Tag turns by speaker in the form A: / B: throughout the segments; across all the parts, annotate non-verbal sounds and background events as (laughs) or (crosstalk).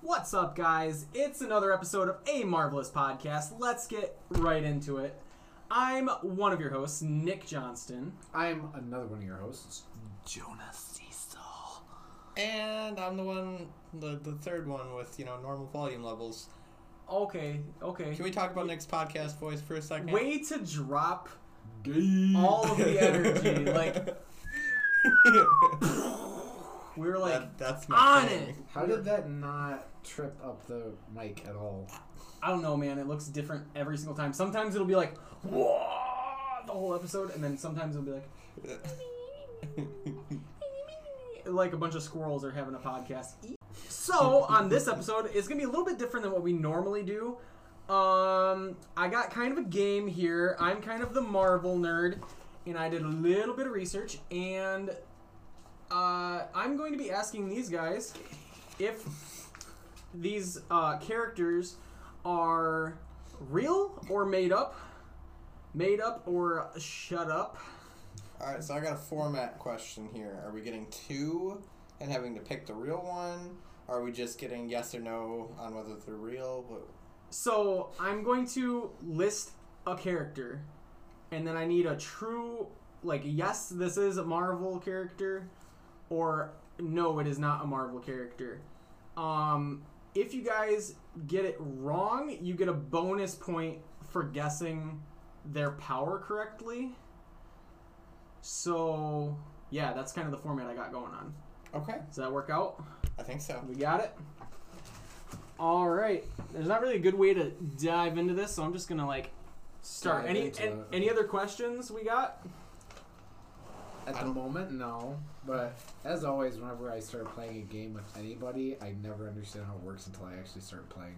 A: What's up, guys? It's another episode of A Marvelous Podcast. Let's get right into it. I'm one of your hosts, Nick Johnston.
B: I'm another one of your hosts.
A: Jonas Cecil.
C: And I'm the one, the, the third one with, you know, normal volume levels.
A: Okay, okay.
C: Can we talk about Nick's podcast voice for a second?
A: Way to drop
B: Gay.
A: all of the
C: (laughs)
A: energy. like, we were like,
C: That- that's my
A: on
C: thing.
A: it.
B: How did that not trip up the mic at all?
A: I don't know, man. It looks different every single time. Sometimes it'll be like, whoa, the whole episode, and then sometimes it'll be like,
C: (laughs)
A: like a bunch of squirrels are having a podcast. So on this episode, it's gonna be a little bit different than what we normally do. Um, I got kind of a game here. I'm kind of the Marvel nerd, and I did a little bit of research, and uh, I'm going to be asking these guys if these uh, characters are real or made up, made up or shut up.
C: Alright, so I got a format question here. Are we getting two and having to pick the real one? Are we just getting yes or no on whether they're real? What-
A: So I'm going to list a character, and then I need a true, like, yes, this is a Marvel character, or no, it is not a Marvel character. Um, if you guys get it wrong, you get a bonus point for guessing their power correctly. So yeah, that's kind of the format I got going on.
C: Okay,
A: Does that work out?
C: I think so.
A: We got it. All right. There's not really a good way to dive into this, so I'm just gonna like start.
B: Dive
A: any
B: into
A: an,
B: it.
A: any other questions we got?
B: At
C: I
B: the
C: don't-
B: moment, no. But as always, whenever I start playing a game with anybody, I never understand how it works until I actually start playing.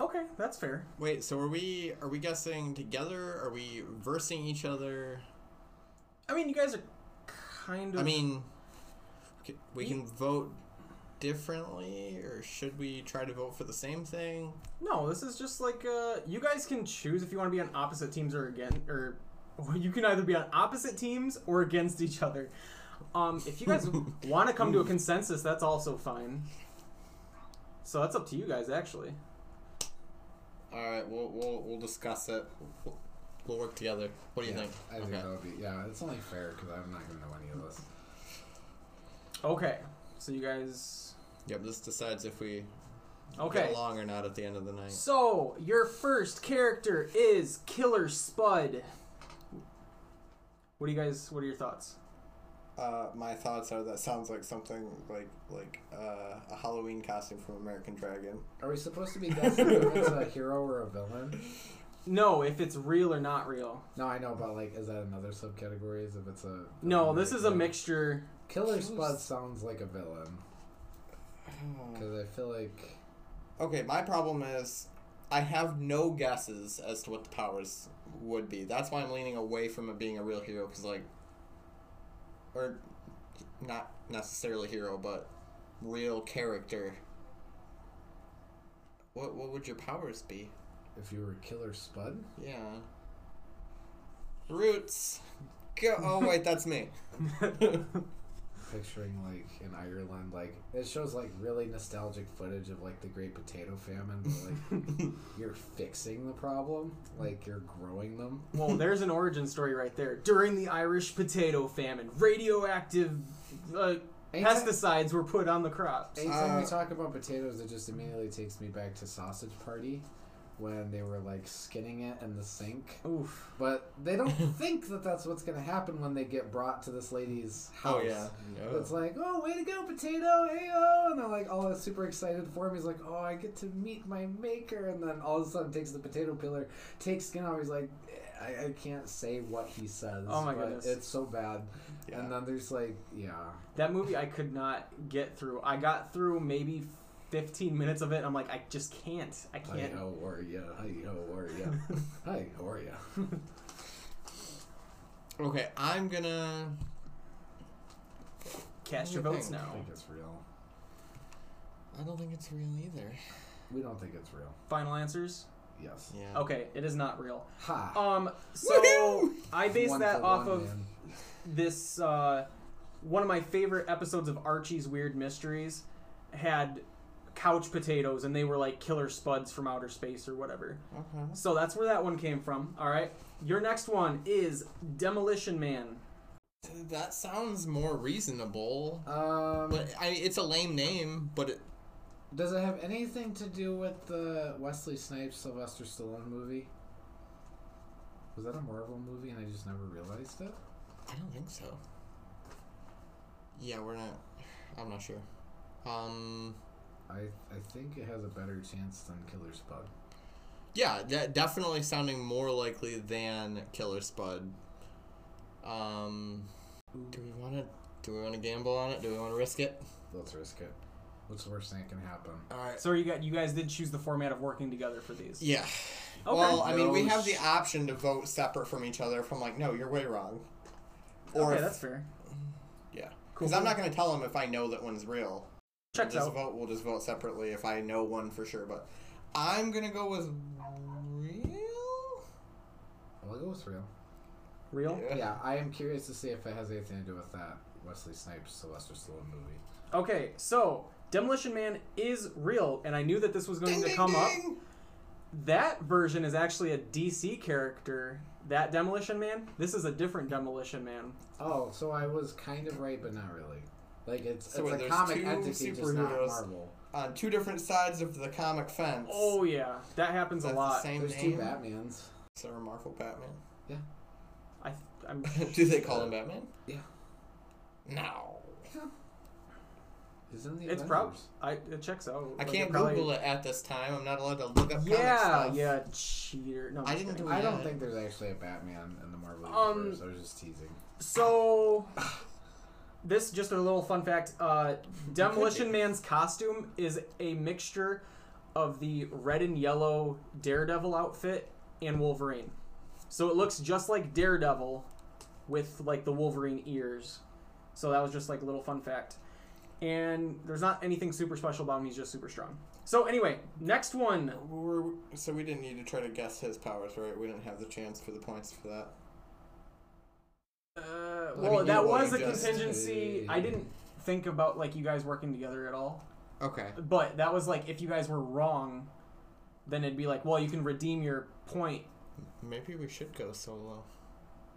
A: Okay, that's fair.
C: Wait, so are we are we guessing together? Are we versing each other?
A: I mean, you guys are kind of.
C: I mean, c- we can vote differently, or should we try to vote for the same thing?
A: no, this is just like uh, you guys can choose if you want to be on opposite teams or again or. (laughs) You can either be on opposite teams or against each other. Um, if you
C: (laughs)
A: guys want to come to a consensus, that's also fine. So that's up to you guys, actually.
C: All right, we'll we'll, we'll discuss it. We'll, we'll work together. What do you
B: yeah,
C: think?
B: I think
C: okay.
B: that would be yeah. It's only fair because I'm not gonna know any of this.
A: Okay, so you guys
C: Yep, this decides if we
A: okay.
C: get along or not at the end of the night.
A: So, your first character is Killer Spud. What do you guys what are your thoughts?
C: Uh, my thoughts are that sounds like something like like uh, a Halloween costume from American Dragon.
B: Are we supposed to be guessing if it's a hero or a villain?
A: No, if it's real or not real.
B: No, I know, but like, is that another subcategory? Is if it's a
A: No,
B: villain
A: this
B: or
A: is a
B: villain?
C: (laughs)
A: mixture.
B: Killer
C: Killer's-
B: Spud sounds like a villain because I feel like
C: Okay, my problem is I have no guesses as to what the powers would be. That's why I'm leaning away from it being a real hero, because, like, or not necessarily hero, but real character. What, what would your powers be?
B: if you were Killer Spud,
C: Yeah. Roots! Go- oh, wait, that's me.
B: picturing like in Ireland, like it shows like really nostalgic footage of like the Great Potato Famine,
C: (laughs)
B: but
C: Oh,
B: like you're fixing the problem, like you're growing them.
A: Well, there's an origin story right there. During the Irish potato famine, radioactive uh,
B: Anytime-
A: pesticides were put on the crops.
B: Anytime
C: Uh,
B: we talk about potatoes, it just immediately takes me back to Sausage Party when they were like skinning it in the sink.
A: Oof.
B: But they
C: (laughs)
B: don't think that that's what's going to happen when they get brought to this lady's house.
C: Oh, yeah.
B: It's like, oh, way to go, potato, hey oh, and they're like all super excited for him. He's like, oh, I get to meet my maker, and then all of a sudden takes the potato peeler, takes skin off. He's like, eh, I, I can't say what he says.
A: Oh my
B: but
A: goodness.
B: it's so bad.
C: Yeah.
B: And then there's like, yeah,
A: That movie I could not get through. I got through maybe 15 minutes of it. I'm like I just can't. I
B: hi
A: can't.
C: oh.
B: how are ya, hi how are
A: (laughs)
B: ya, hi how are ya.
C: Okay, I'm gonna.
A: Cast your
C: What do you
A: votes
C: think?
A: now.
B: I think it's real.
C: I don't think it's real either.
B: We don't think it's real.
A: Final answers?
B: Yes.
C: Yeah.
A: Okay, it is not real.
B: Ha.
A: Um, so
C: Woohoo!
A: I based
B: One
A: that
B: for
A: off
B: one,
A: of
B: man.
A: this uh, one of my favorite episodes of Archie's Weird Mysteries had couch potatoes and they were like killer spuds from outer space or whatever.
C: Okay.
A: So that's where that one came from. All right. Your next one is Demolition Man.
C: That sounds more reasonable.
B: Um,
C: But I, it's a lame name, but it,
B: does it have anything to do with the Wesley Snipes Sylvester Stallone movie? Was that a Marvel movie and I just never realized it?
C: I don't think so. Yeah, we're not. I'm not sure. Um.
B: I I think it has a better chance than Killer Spud.
C: Yeah, that definitely sounding more likely than Killer Spud. Um, do we want to do we want to gamble on it? Do we want to risk it?
B: Let's risk it. What's the worst thing that can happen?
C: All right.
A: So you got you guys did choose the format of working together for these.
C: Yeah. Well, I mean, we
B: No
C: have the
B: sh-
C: option to vote separate from each other. If I'm like, no, you're way wrong. Or
A: okay,
C: if-
A: that's fair.
C: yeah,
A: Cool.
C: because I'm not gonna tell them if I know that one's real.
A: Checks
C: we'll just
A: out.
C: vote. We'll just vote separately if I know one for sure. But I'm gonna go with real.
B: I'll go with real.
A: Real.
B: Yeah, I am curious to see if it has anything to do with that Wesley Snipes Sylvester Stallone movie.
A: Okay, so Demolition Man is real, and I knew that this was going to come up. That version is actually a DC character. That Demolition Man. This is a different Demolition Man.
B: Oh, so I was kind of right, but not really. Like it's
C: So wait,
B: it's a
C: there's
B: comic
C: two
B: entity, just not
C: superheroes.
B: Marvel.
C: on two different sides of the comic fence.
A: Oh yeah, that happens
C: that's
A: a lot.
C: the same
B: There's two
C: name.
B: Batmans.
C: Is there a Marvel Batman? (laughs)
A: I, th- I'm
C: Do they call him Batman?
B: Yeah.
C: No.
B: Is in the
A: It's prob-
B: Avengers.
A: I it checks out.
C: I
A: Like,
C: can't
A: it probably-
C: Google it at this time. I'm not allowed to look up comic
A: Yeah,
C: stuff.
A: yeah, cheater. No, I'm
C: I
A: just
C: didn't
A: kidding.
C: do
B: I don't
C: Yeah.
B: think there's actually a Batman in the Marvel
A: Um,
B: universe. I was just teasing.
A: So, this just a little fun fact. Uh, Demolition Man's costume is a mixture of the red and yellow Daredevil outfit and Wolverine. So it looks just like Daredevil, with like the Wolverine ears. So that was just like a little fun fact. And there's not anything super special about him. He's just super strong. So anyway, next one.
C: We're, so we didn't need to try to guess his powers, right? We didn't have the chance for the points for that.
A: Uh,
C: mean,
A: well,
C: you
A: that
C: wanna
A: was a
C: just-
A: contingency. I didn't think about like you guys working together at all.
C: Okay.
A: But that was like if you guys were wrong, then it'd be like, well, you can redeem your point.
C: Maybe we should go solo.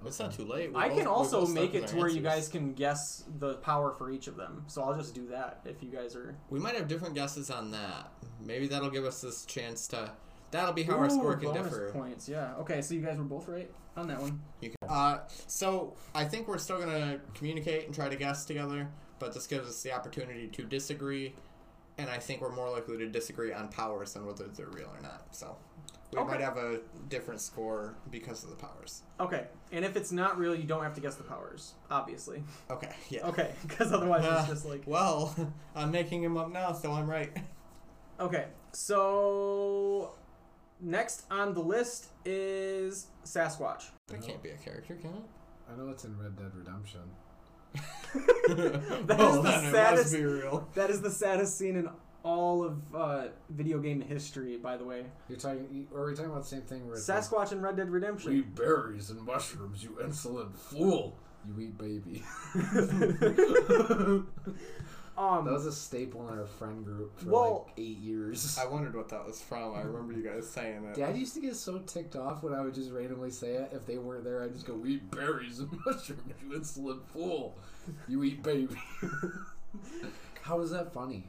C: It's not too late. We're
A: I
C: both-
A: can
C: we're
A: also
C: both stuck
A: make
C: with
A: it to
C: our
A: where you
C: answers.
A: guys can guess the power for each of them. So I'll just do that if you guys are.
C: We might have different guesses on that. Maybe that'll give us this chance to. That'll be how our
A: Ooh,
C: score can
A: bonus
C: differ.
A: Points, yeah. Okay, so you guys were both right on that one.
C: You can, uh, so I think we're still gonna communicate and try to guess together, but this gives us the opportunity to disagree, and I think we're more likely to disagree on powers than whether they're real or not. So we
A: Okay.
C: might have a different score because of the powers.
A: Okay, and if it's not real, you don't have to guess the powers, obviously.
C: Okay. Yeah.
A: Okay, (laughs) because otherwise
C: Uh,
A: it's just like.
C: well, (laughs) I'm making him up now, so I'm right.
A: Okay, so next on the list is Sasquatch.
C: That can't be a character, can it?
B: I know it's in Red Dead Redemption.
A: That is the
C: it
A: saddest-
C: must be real.
A: That is the saddest scene in all of uh, video game history, by the way.
B: You're talking. Are we talking about the same thing? Where it's like,
A: Sasquatch and Red Dead
B: "You
A: Redemption.
B: eat berries and mushrooms, you insolent fool. You
A: (laughs)
B: eat baby. (laughs)
A: um,
B: That was a staple in our friend group for
A: Well-
B: like eight years.
C: I wondered what that was from. I remember you guys saying
B: (laughs)
C: it.
B: Dad used to get so ticked off when I would just randomly say it. If they weren't there, I'd just go, "We eat berries and (laughs) mushrooms, you insolent fool. You eat baby." (laughs) How is that funny?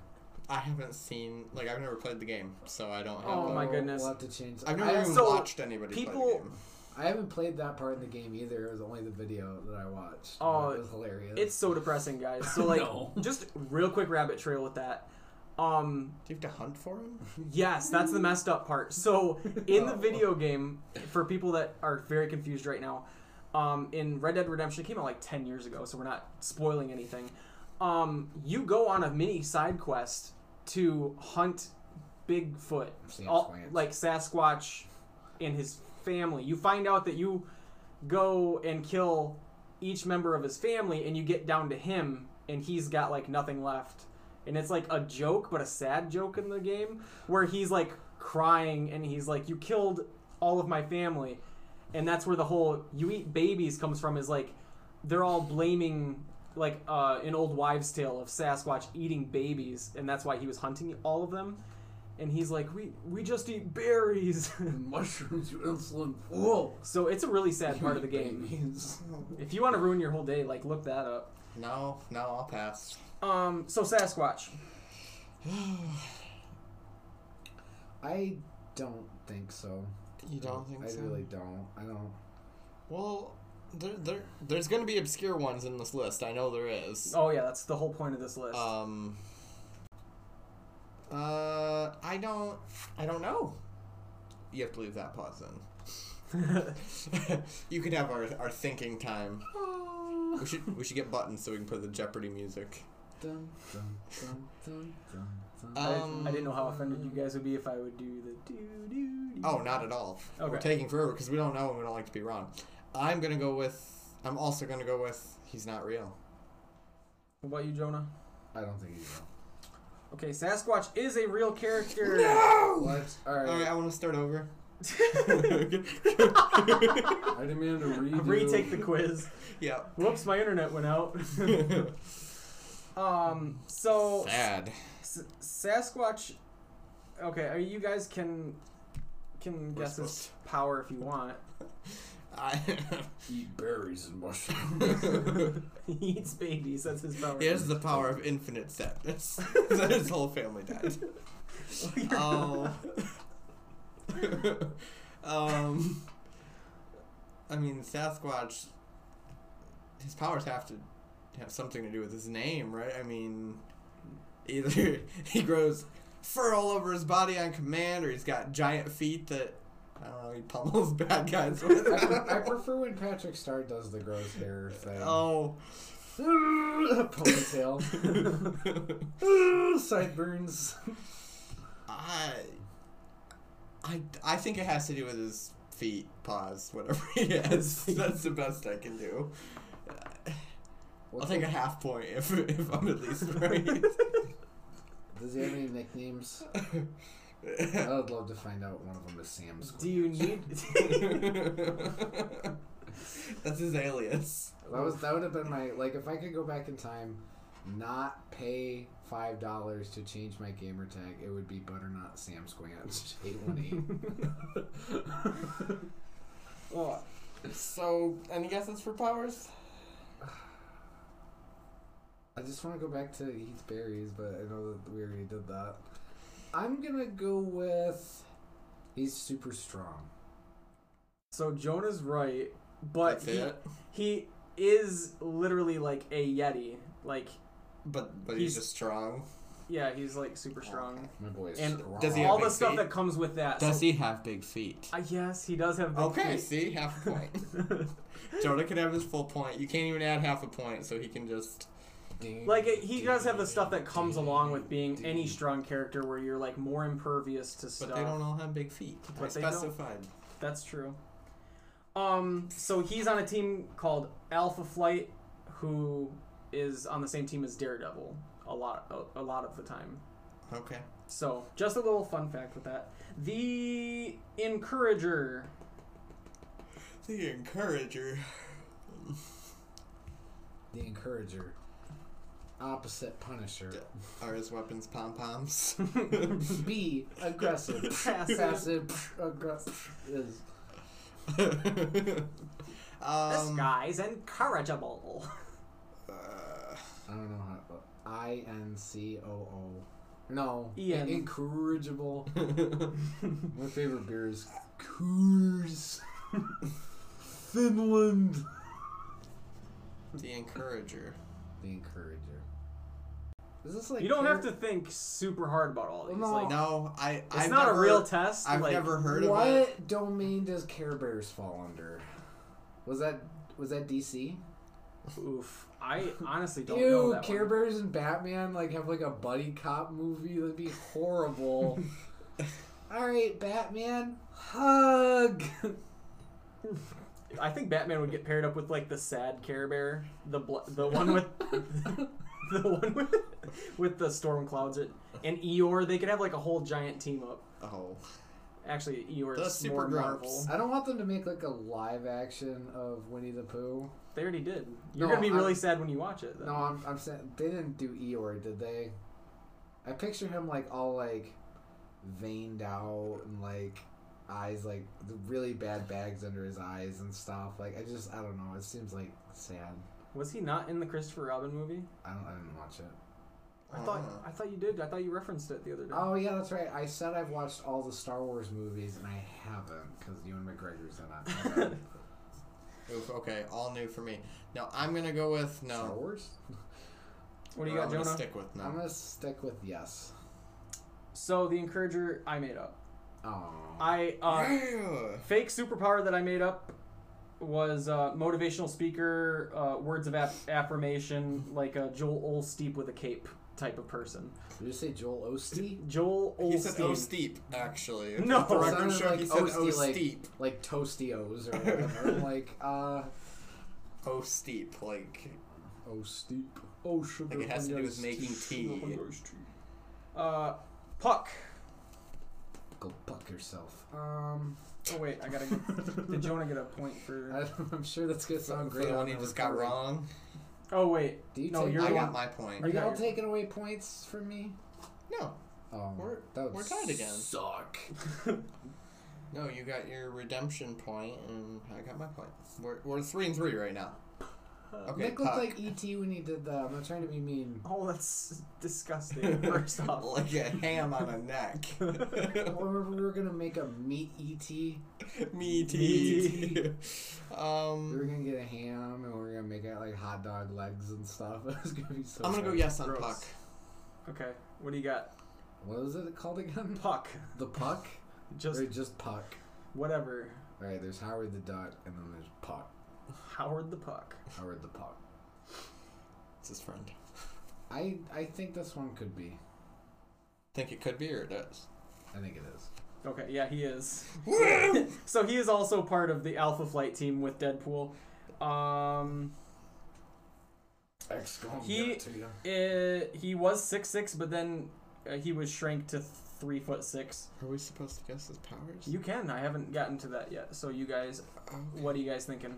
C: I haven't seen like I've never played the game, so I don't have.
A: Oh
C: the-
A: my
B: We'll-
A: goodness.
B: We'll have to change.
C: I've never
B: I,
C: even
A: so
C: watched anybody play the
A: people-
C: game.
B: I haven't played that part in the game either. It was only the video that I watched.
A: Oh,
B: it was hilarious.
A: it's so depressing, guys. So like,
B: No.
A: just real quick rabbit trail with that. Um,
C: Do you have to hunt for him?
A: yes, that's the messed up part. So in the
B: Oh.
A: video game, for people that are very confused right now, um, in Red Dead Redemption, it came out like ten years ago, so we're not spoiling anything. Um, you go on a mini side quest to hunt Bigfoot
B: Sam
A: all,
B: Swans.
A: like Sasquatch and his family. You find out that you go and kill each member of his family, and you get down to him, and he's got like nothing left. And it's like a joke, but a sad joke in the game, where he's like crying and he's like, "You killed all of my family," and that's where the whole "you eat babies" comes from. Is like they're all blaming like uh, an old wives' tale of Sasquatch eating babies, and that's why he was hunting all of them. And he's like, we we just eat berries. (laughs)
B: mushrooms, you insolent fool.
A: so it's a really sad part of the
B: (laughs)
A: game.
B: Babies.
A: If you want to ruin your whole day, like look that up.
C: No, no, I'll pass. (sighs)
A: Um, so Sasquatch.
B: I don't think so.
C: You don't think
B: Mm, I
C: so?
B: really don't. I don't.
C: Well, there, there, there's going to be obscure ones in this list. I know there is.
A: Oh yeah, that's the whole point of this list.
C: Um. Uh, I don't, I don't know. You have to leave that pause Uh, in. (laughs) you can have our, our thinking time.
B: Ah.
C: We should we should get buttons so we can put the Jeopardy music.
B: Dun, dun, dun, dun, dun,
A: (laughs)
B: dun.
A: I,
C: um,
A: I didn't know how offended you guys would be if I would do the do do. do.
C: Oh, not at all. We're
A: Okay.
C: taking forever because we don't know and we don't like to be wrong. I'm gonna go with. I'm also gonna go with. He's not real.
A: What about you, Jonah?
B: I don't think you will.
A: Okay, Sasquatch is a real
C: (laughs)
A: character.
B: What? All right.
C: All right, I want to start over.
A: (laughs)
B: I demand a redo.
A: Retake the quiz.
C: yeah.
A: Whoops, my internet went out.
C: (laughs)
A: (laughs) um, (laughs) so
C: (laughs) Sad.
A: S- Sasquatch. Okay, I mean, you guys can can guess his power if you
C: (laughs)
A: want. (laughs)
C: I, (laughs)
B: Eat berries and mushrooms.
A: he eats babies. That's his power.
C: he has
A: (laughs)
C: the power of infinite sadness. (laughs) that his whole family died. Oh. (laughs) um. I mean, Sasquatch. His powers have to have something to do with his name, right? I mean, either (laughs) he grows fur all over his body on command, or he's got giant feet that I don't know. He pummels (laughs) bad
B: (laughs)
C: guys with.
B: (laughs) I, pre- I prefer when Patrick Star does the gross hair thing.
C: oh.
B: (laughs) Ponytail. Sideburns.
C: I, I, I think it has to do with his feet, paws, whatever he (laughs) has. That's the best I can do. I'll take a half point if, if I'm at (laughs) least right.
B: Does he have any nicknames? I would love to find out one of them is Sam's.
A: (laughs) Do you need? (laughs)
C: That's his alias.
B: That was that would have been my like if I could go back in time, not pay five dollars to change my gamer tag, it would be butternut Sam Squanch eight one
A: well,
C: So, any guesses for powers?
B: eight. I just want to go back to Heath Berries, but I know that we already did that. I'm gonna go with he's super strong.
A: so Jonah's right, but
C: That's
A: he,
C: it.
A: he is literally like a yeti. Like,
C: But but
A: He's-
C: he's, just strong.
A: yeah, he's like super strong.
B: My boy is
A: And
B: strong.
C: does he have
A: All
C: big
A: the stuff
C: feet?
A: that comes with that. so,
C: he have big feet?
A: uh, yes, he does have. Big
C: Okay,
A: feet.
C: see, half a (laughs) point. Jonah can have his full point. You can't even add half a point, so he can just.
B: Ding,
A: (laughs) Like it, he does have the
B: ding,
A: stuff that comes
B: ding,
A: along with being any
B: ding.
A: strong character, where you're like more impervious to
C: But
A: stuff.
C: they don't all have big feet. I
A: But they don't.
C: specified.
A: That's true. Um, so he's on a team called Alpha Flight, who is on the same team as Daredevil a lot, a, a lot of the time.
C: Okay.
A: So just a little fun fact with that. The Encourager.
C: The encourager.
B: The encourager. Opposite Punisher.
C: Are his weapons Um,
A: (laughs)
C: pom poms?
B: Be aggressive.
A: Passive.
B: Passive aggressive is
A: This
C: um,
A: guy's incorrigible.
C: uh, (laughs)
B: I don't know how. I N C O O. No.
A: Ian.
B: Incorrigible. My favorite beer is Coors. (laughs) Finland.
C: the encourager.
B: The Encourager. Is this like.
A: You don't have
B: char-
A: to think super hard about all these.
B: No.
A: Like,
C: No, I.
A: it's
C: I've
A: not
C: never,
A: a real test.
C: I've
A: like,
C: never heard
B: what
C: of it.
B: domain does Care Bears fall under? Was that. Was that DC?
A: Oof. I honestly don't know
B: Ew,
A: that
B: Care
A: one.
B: Bears and Batman like have like a buddy cop movie. That'd be
A: (laughs)
B: horrible. All right, Batman, hug.
A: I think Batman would get paired up with like the sad Care Bear, the bl- the one with (laughs) the one with with the storm clouds and- and Eeyore. They could have like a whole giant team up.
C: Oh.
A: Actually, Eeyore's
C: The
A: more
C: Super Grumps.
A: Marvel.
B: I don't want them to make like a live action of Winnie the Pooh.
A: They already did. You're
B: No,
A: gonna be
B: I-
A: really sad when you watch it. Then.
B: No, I'm, I'm saying they didn't do Eeyore, did they? I picture him like all like veined out and like eyes like the really bad bags under his eyes and stuff. Like I just I don't know. It seems like sad.
A: Was he not in the Christopher Robin movie?
B: I don't I didn't watch it.
A: I thought I thought you did. I thought you referenced it the other day.
B: Oh yeah, that's right. I said I've watched all the Star Wars movies and I haven't because Ewan McGregor's
C: (laughs)
B: in it.
C: Oof, okay, all new for me. No, I'm gonna go with no.
B: Star Wars.
A: (laughs) what do you got,
C: Or I'm
A: Jonah?
C: Gonna stick with no.
B: I'm gonna stick with yes.
A: So the encourager I made up.
B: Oh.
A: I uh,
C: (gasps) Ew.
A: fake superpower that I made up was uh, motivational speaker, uh, words of aff- affirmation, like a Joel Olsteep with a cape type of person.
B: Did you say Joel Osteen?
A: Joel
C: He said O
A: Olsteep.
C: steep, actually.
A: No.
C: the record
B: Sounded
C: show he
B: like
C: said
B: O
C: O
B: steep, like-
C: steep.
B: like Toastios or
C: (laughs)
B: whatever. like, uh,
C: O steep, like
B: oh, steep. Oh, sugar.
C: Like, it has to do
B: on
C: with
B: iced
C: making tea.
B: sugar on iced tea.
A: Uh, Puck.
B: Go fuck yourself. (laughs) Um,
A: Oh wait, I gotta. Get, did Jonah get a point for?
B: (laughs) I, I'm sure that's gonna sound
C: for
B: great.
C: the
B: on
C: one he
B: the
C: just got
B: recording.
C: wrong.
A: Oh wait,
B: Do you
A: no,
B: take-
A: you're
B: I
A: the
C: I
A: one.
C: got my point.
B: Are
A: you got
B: y'all
A: your-
B: taking away points from me?
C: No,
B: Oh,
C: We're-
B: that would
C: we're tied again.
B: Suck.
C: no, you got your redemption point, and I got my point. We're, we're three and three right now. Okay,
B: Nick looked
C: Puck.
B: like ET when he did that. I'm not trying to be
C: (laughs)
B: mean.
A: oh, that's disgusting. First off,
C: like a ham on
A: (laughs)
C: a neck.
B: Or we were gonna make a E meat ET.
C: Me tea. (laughs) um,
B: We were gonna get a ham and we were gonna make it like hot dog legs and stuff. (laughs) It was gonna be so.
C: I'm gonna go
B: good.
C: yes on
A: Gross.
C: puck.
A: okay. What do you got?
B: What was it called again? (laughs)
A: Puck.
B: The puck?
A: Just
B: or just puck?
A: whatever.
B: All right, there's Howard the Duck, and then there's Puck.
A: Howard the Puck.
B: Howard the Puck.
C: It's his friend.
B: I I think this one could be.
C: Think it could be or it is.
B: I think it is.
A: Okay, yeah, he is.
C: Woo!
A: (laughs) so he is also part of the Alpha Flight team with Deadpool. Um,
B: X going
A: He- get
B: to you.
A: eh, he was six six, but then uh, he was shrank to three foot six.
C: Are we supposed to guess his powers?
A: You can. I haven't gotten to that yet. So you guys,
C: Oh,
A: what are you guys thinking?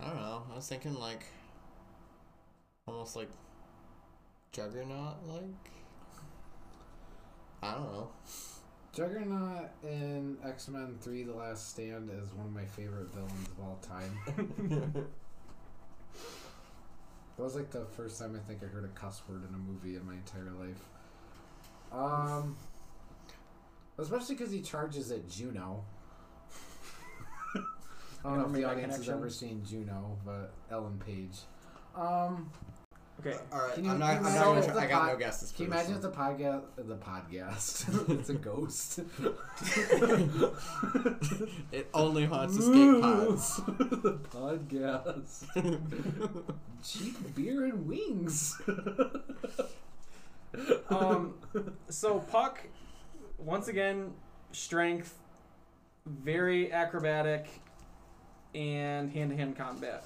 C: I don't know. I was thinking like almost like juggernaut like. I don't know.
B: Juggernaut in X Men Three: The Last Stand is one of my favorite villains of all time. That was like the first time I think I heard a cuss word in a movie in my entire life. Um, especially because he charges at Juno. I don't know if
A: Make
B: the
A: that
B: audience has
A: connection.
B: ever seen Juno, but Ellen Page. Um,
A: Okay.
C: All right,
B: Can you-
C: I'm not.
B: can
C: I'm
B: you
C: not
A: imagine
C: gonna
A: if
C: try-
B: the
C: I got
B: pot-
C: no guesses. For
B: can you
C: this
B: imagine if
C: one.
B: the podcast, the podcast, (laughs) it's a ghost.
C: (laughs) It only haunts escape pods.
B: the podcast,
C: (laughs)
B: cheap beer and wings.
C: (laughs)
A: Um, so Puck, once again, strength, very acrobatic, and hand to hand combat.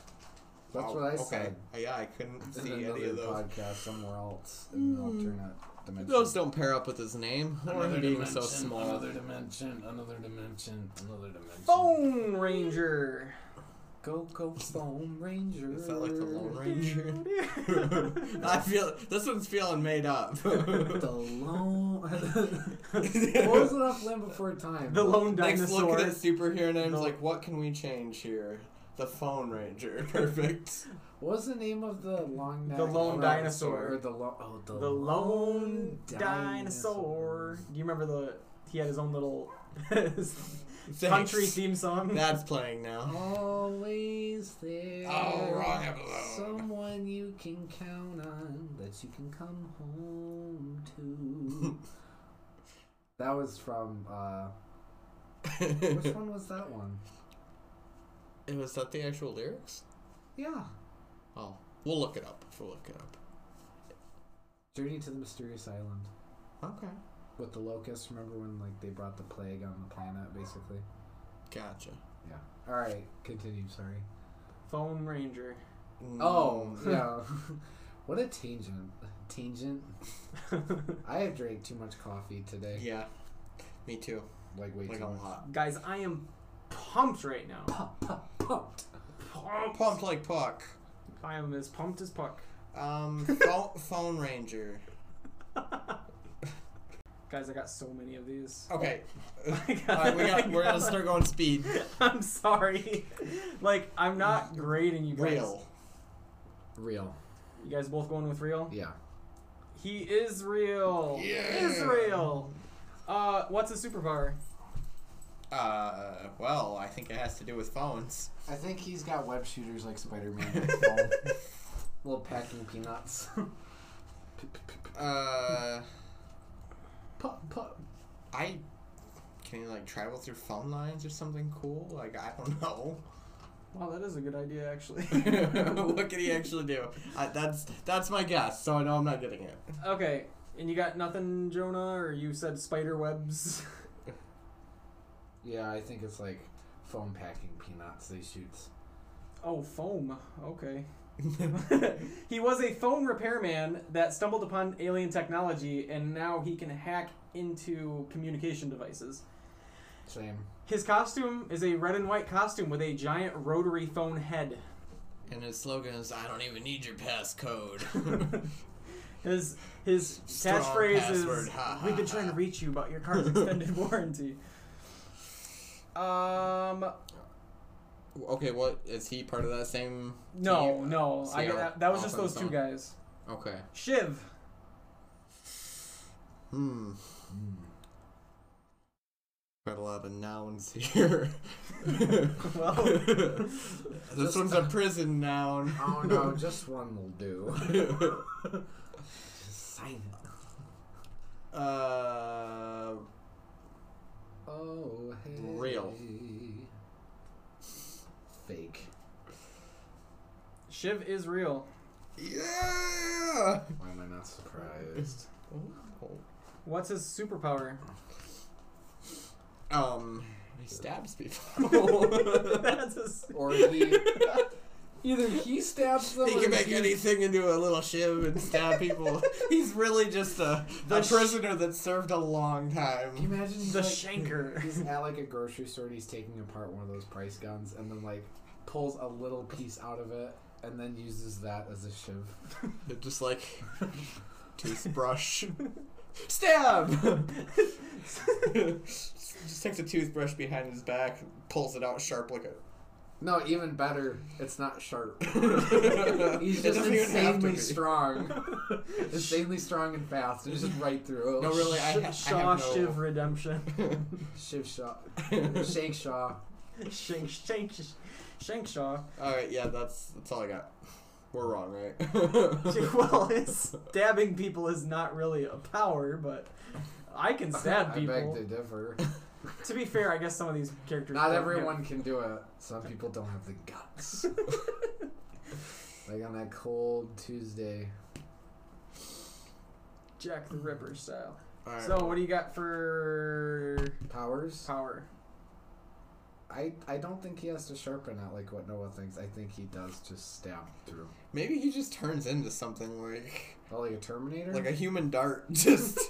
B: That's
C: Wow,
B: what I
C: Oh, okay.
B: said.
C: Yeah, I couldn't
B: This is
C: see any of
B: another
C: those. Mm.
B: podcast somewhere else in an alternate dimension.
C: Those don't pair up with his name or him being so small.
B: Another dimension. Another dimension. Another dimension.
A: Phone Ranger.
B: Go go phone ranger.
C: Is that like the Lone Ranger? (laughs) I feel this one's feeling
B: (laughs)
C: made up.
B: The
C: (laughs)
B: lone. (laughs) what was it off Land Before Time?
A: the lone
C: Next,
A: dinosaur.
C: look at superhero names.
A: No.
C: Like, what can we change here? The Phone Ranger. (laughs) Perfect.
B: What was the name of the long neck?
A: The lone dinosaur.
B: Or the lo- oh, the,
A: The lone dinosaur. Do you remember the? He had his own little (laughs) country
C: Thanks.
A: theme song.
C: That's
B: (laughs)
C: playing now. (laughs)
B: Always there.
C: Oh, wrong episode.
B: Someone you can count on that you can come home
C: (laughs)
B: to. that was from uh which one was that
C: (laughs)
B: one?
C: It was that the actual lyrics?
B: Yeah.
C: Oh, we'll look it up. We'll look it up.
B: Journey to the Mysterious Island.
C: Okay.
B: With the locusts, remember when like they brought the plague on the planet basically?
C: Gotcha.
B: Yeah. Alright, continue, sorry.
A: Phone Ranger.
C: Mm.
B: Oh, yeah. (laughs) what a tangent.
C: (laughs)
B: Tangent. I have drank too much coffee today.
C: (laughs) Yeah. Me too.
B: Like way
C: Like
B: too
C: a
B: much.
C: lot.
A: Guys, I am pumped right now.
B: Pop, pop, pumped.
A: Pumped.
C: Pumped like puck.
A: I am as pumped as puck. (laughs)
C: Um, phone, phone ranger.
A: Guys, I got so many of these. (laughs)
C: Okay.
A: I got-
C: All right, we
A: I
C: got, we're gonna
A: got-
C: start
A: (laughs)
C: going speed.
A: I'm sorry. (laughs) Like, I'm not grading you guys.
C: Real.
B: Real.
A: You guys both going with real?
B: Yeah.
A: He is real.
C: Yeah.
A: Israel. Uh, what's his superpower?
C: Uh, well, I think it has to do with phones.
B: I think he's got web shooters like Spider (laughs) Man. Little packing peanuts.
C: Uh,
B: Pop, pop.
C: I can you like travel through phone lines or something cool? Like I don't (laughs) know.
A: Wow, that is a good idea,
C: (laughs)
A: actually. (laughs)
C: what could he actually do? I, that's that's my guess. So I know I'm not getting it.
A: okay, and you got nothing, Jonah, or you said spider webs? (laughs)
B: Yeah, I think it's like foam packing peanuts. They shoots.
A: Oh, foam.
C: (laughs)
A: Okay. he was a phone repairman that stumbled upon alien technology, and now he can hack into communication devices.
B: Same.
A: His costume is a red and white costume with a giant rotary phone
C: (laughs)
A: head.
C: and his slogan is, "I don't even need your passcode."
A: His his
C: Strong
A: catchphrase
C: password,
A: is
C: ha, ha,
A: "We've been trying to
C: ha."
A: reach you about your
C: (laughs)
A: car's extended warranty." Um,
C: (laughs) okay, what is he part of that same?
A: no,
C: team?
A: no,
C: See,
A: I
C: I'll-
A: that, that was
C: I'll
A: just
C: find
A: those two
C: someone.
A: guys.
C: Okay.
A: Shiv,
C: Hmm. Quite a lot of nouns here.
A: (laughs) Well.
C: (laughs) this one's a prison
A: (laughs)
C: noun. (laughs)
B: Oh no, just one will do. Sign it.
C: uh,
B: Oh, hey.
C: Real.
B: Fake.
A: Shiv is real.
C: yeah.
B: Why am I not surprised?
A: Oh, What's his
C: (laughs)
A: superpower? (laughs)
C: Um, he stabs people.
A: That's his.
B: or (laughs) he. Either he stabs somebody.
C: he can make
B: or
C: anything into a little shiv and stab (laughs) people. He's really just a, a
A: sh-
C: prisoner that served a long
B: Can
C: time.
B: you imagine he's
A: The
B: like,
A: shanker.
B: He's at like a grocery store and he's taking apart one of those price guns and then like pulls a little piece out of it and then uses that as a shiv.
C: Just (laughs) like (laughs) toothbrush. Stab! (laughs) just takes a toothbrush behind his back, pulls it out sharp like
B: No, even better, it's not sharp.
C: a.
B: He's just
C: (laughs) It doesn't even have to
B: insanely
C: be.
B: strong.
C: (laughs)
B: insanely strong and fast. It's just right through. Oh,
C: No, oh, really, I, ha- I have
A: Shaw
C: no-
A: Shiv Redemption. (laughs)
B: Shiv
C: (laughs)
B: Shaw. Shake Shaw.
A: Shank Shank Shank
C: (laughs)
A: Shaw. (laughs)
C: all right, yeah, that's that's all I got. We're wrong, right?
A: (laughs)
C: (laughs)
A: Well, his stabbing people is not really a power, but I
C: (laughs)
A: can stab
B: I beg
A: people.
B: to differ.
A: To be fair, I guess some of these characters.
B: Not
A: don't have-
B: everyone can do it. Some people don't have the
C: (laughs)
B: guts. like on that cold Tuesday.
A: Jack the Ripper style.
C: All right.
A: So, what do you got for
B: Powers?
A: power?
B: I, I don't think he has to sharpen it like what Noah thinks. I think he does just stab through.
C: Maybe he just turns into something like
B: Oh, like a Terminator?
C: like a human dart. (laughs) Just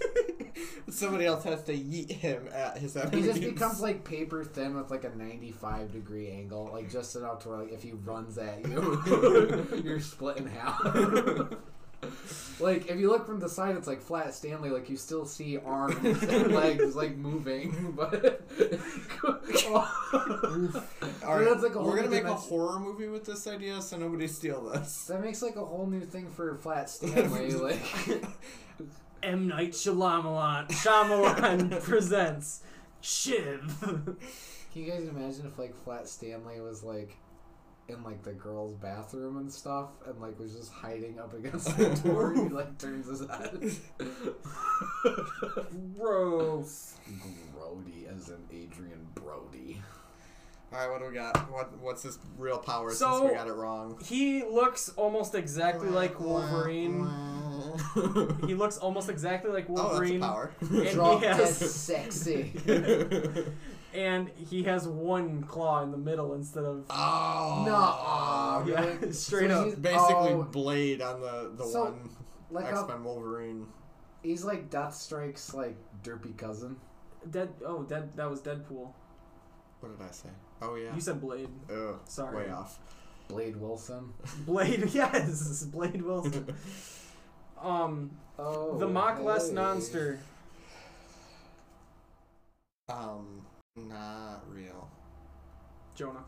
C: somebody else has to yeet him at his
B: he
C: enemies.
B: just
C: (laughs)
B: becomes like paper thin with like a 95 degree angle, like just enough to where like if he runs at you, (laughs) you're split in half. like if you look from the side, it's like flat Stanley. Like you still see arms and legs like moving, (laughs) but (laughs)
C: All right,
B: That's like a whole
C: we're gonna
B: new
C: make a
B: dimension.
C: horror movie with this idea, so nobody steal
B: (laughs)
C: this.
B: that makes like a whole new thing for flat Stanley.
C: (laughs)
B: Like
A: M Night Shyamalan
C: (laughs)
A: Shyamalan presents Shiv.
B: Can you guys imagine if like Flat Stanley was like in like the girls' bathroom and stuff, and like was just hiding up against (laughs) the door, and he like turns his head.
A: Gross.
B: Brody, as in Adrian Brody.
C: All right, what do we got? What what's his real power
A: So-
C: since we got it wrong?
A: He looks almost exactly like Wolverine.
C: (laughs)
A: He looks almost exactly like
C: oh, that's a
A: Wolverine.
C: power.
A: And
B: Drop
C: (laughs)
A: he
B: dead
A: has, (laughs)
B: sexy.
A: and he has one claw in the middle instead of.
C: oh
B: No,
A: Yeah, (laughs)
B: really?
A: straight up.
B: he's-
C: Basically,
B: oh,
C: Blade on the the
B: So,
C: one
B: like
C: X
B: how
C: Men Wolverine.
B: he's like Deathstrike's like derpy cousin.
A: Dead. Oh, dead. That was Deadpool.
C: What did I say? Oh yeah.
A: You said Blade.
C: Ugh,
A: Sorry.
C: way off.
B: Blade Wilson.
A: Blade, (laughs) yes, Blade Wilson.
C: (laughs)
A: Um,
B: Oh,
A: the mock less
B: hey.
A: nonster.
C: um, not real. (laughs)
A: Jonah,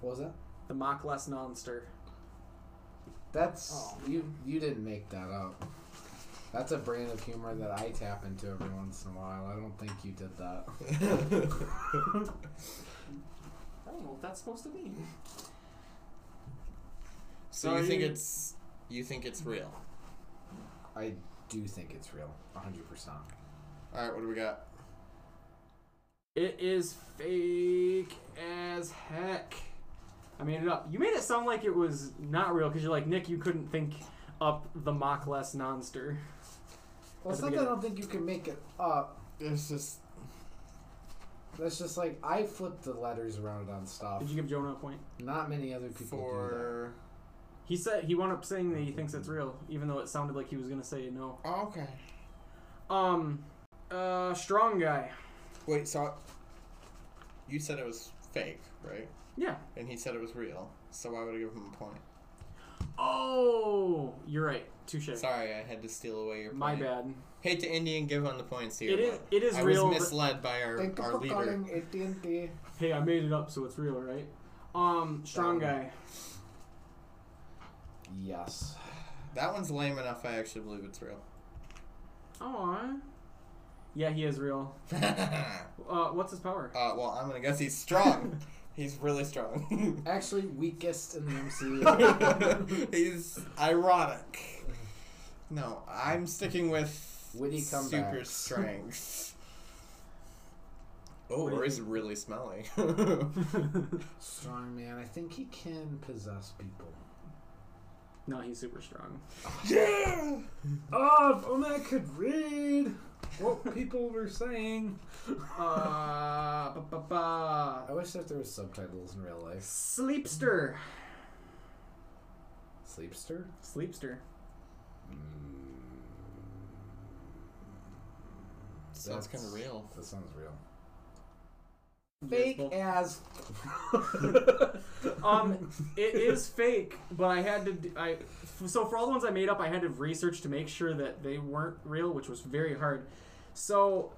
B: What was that?
A: the mock less nonster.
B: That's
A: Oh.
B: you. You didn't make that up. That's a brand of humor that I tap into every once in a while. I don't think you did that.
A: I don't know what Oh, that's supposed to mean.
C: so you think it's you think it's real?
B: I do think it's real, hundred percent.
C: All right, what do we got?
A: It is fake as heck. I made it up. You made it sound like it was not real because you're like Nick. You couldn't think up the mock less nonster.
B: Well, it's
A: At
B: not
A: the
B: that I don't think you can make it up.
C: It's just
B: That's just like I flip the letters around on stuff.
A: Did you give Jonah a point?
B: Not many other people
C: for.
A: He said he wound up saying that he thinks it's real, even though it sounded like he was gonna say no.
C: Oh, okay.
A: Um, uh, strong guy.
C: Wait, so you said it was fake, right?
A: Yeah.
C: And he said it was real. So why would I give him a point?
A: Oh, you're right. Touche.
C: Sorry, I had to steal away your point.
A: My bad.
C: Hate to Indian give on the points here.
A: It is.
C: but
A: It is
C: I
A: real.
C: was
A: but-
C: misled by
B: do
C: our,
B: that. Thank you
C: our
B: for
C: leader.
B: calling AT&T.
A: hey, I made it up, so it's real, right? Um, strong
B: That
A: guy.
B: Yes.
C: That one's lame enough. I actually believe it's (laughs) real.
A: Aw. Yeah, he is real.
C: uh,
A: Uh, what's his power?
C: well, I'm gonna guess he's (laughs) strong. he's really (laughs) strong.
B: Actually, weakest in the (laughs) MCU.
C: he's ironic. No, I'm sticking with
B: Witty
C: super
A: (laughs)
B: comebacks.
C: strength. Oh,
A: What do
C: or
A: you
C: he's
A: think? (laughs)
C: really smelly. (laughs)
B: Strong man. I think he can possess people.
A: no, he's super strong.
C: yeah.
B: Oh, if only I could read what people were saying.
A: Uh, ba ba
B: I
A: ba.
B: wish that there was subtitles in real life.
A: Sleepster.
B: Sleepster?
A: Sleepster.
C: Sounds kind of
B: That's-
C: real.
B: That sounds real.
A: Yes, well-
B: (laughs) as.
A: Um, it is fake, but I had to. d- I f- so for all the ones I made up, I had to research to make sure that they weren't real, which was very hard. So,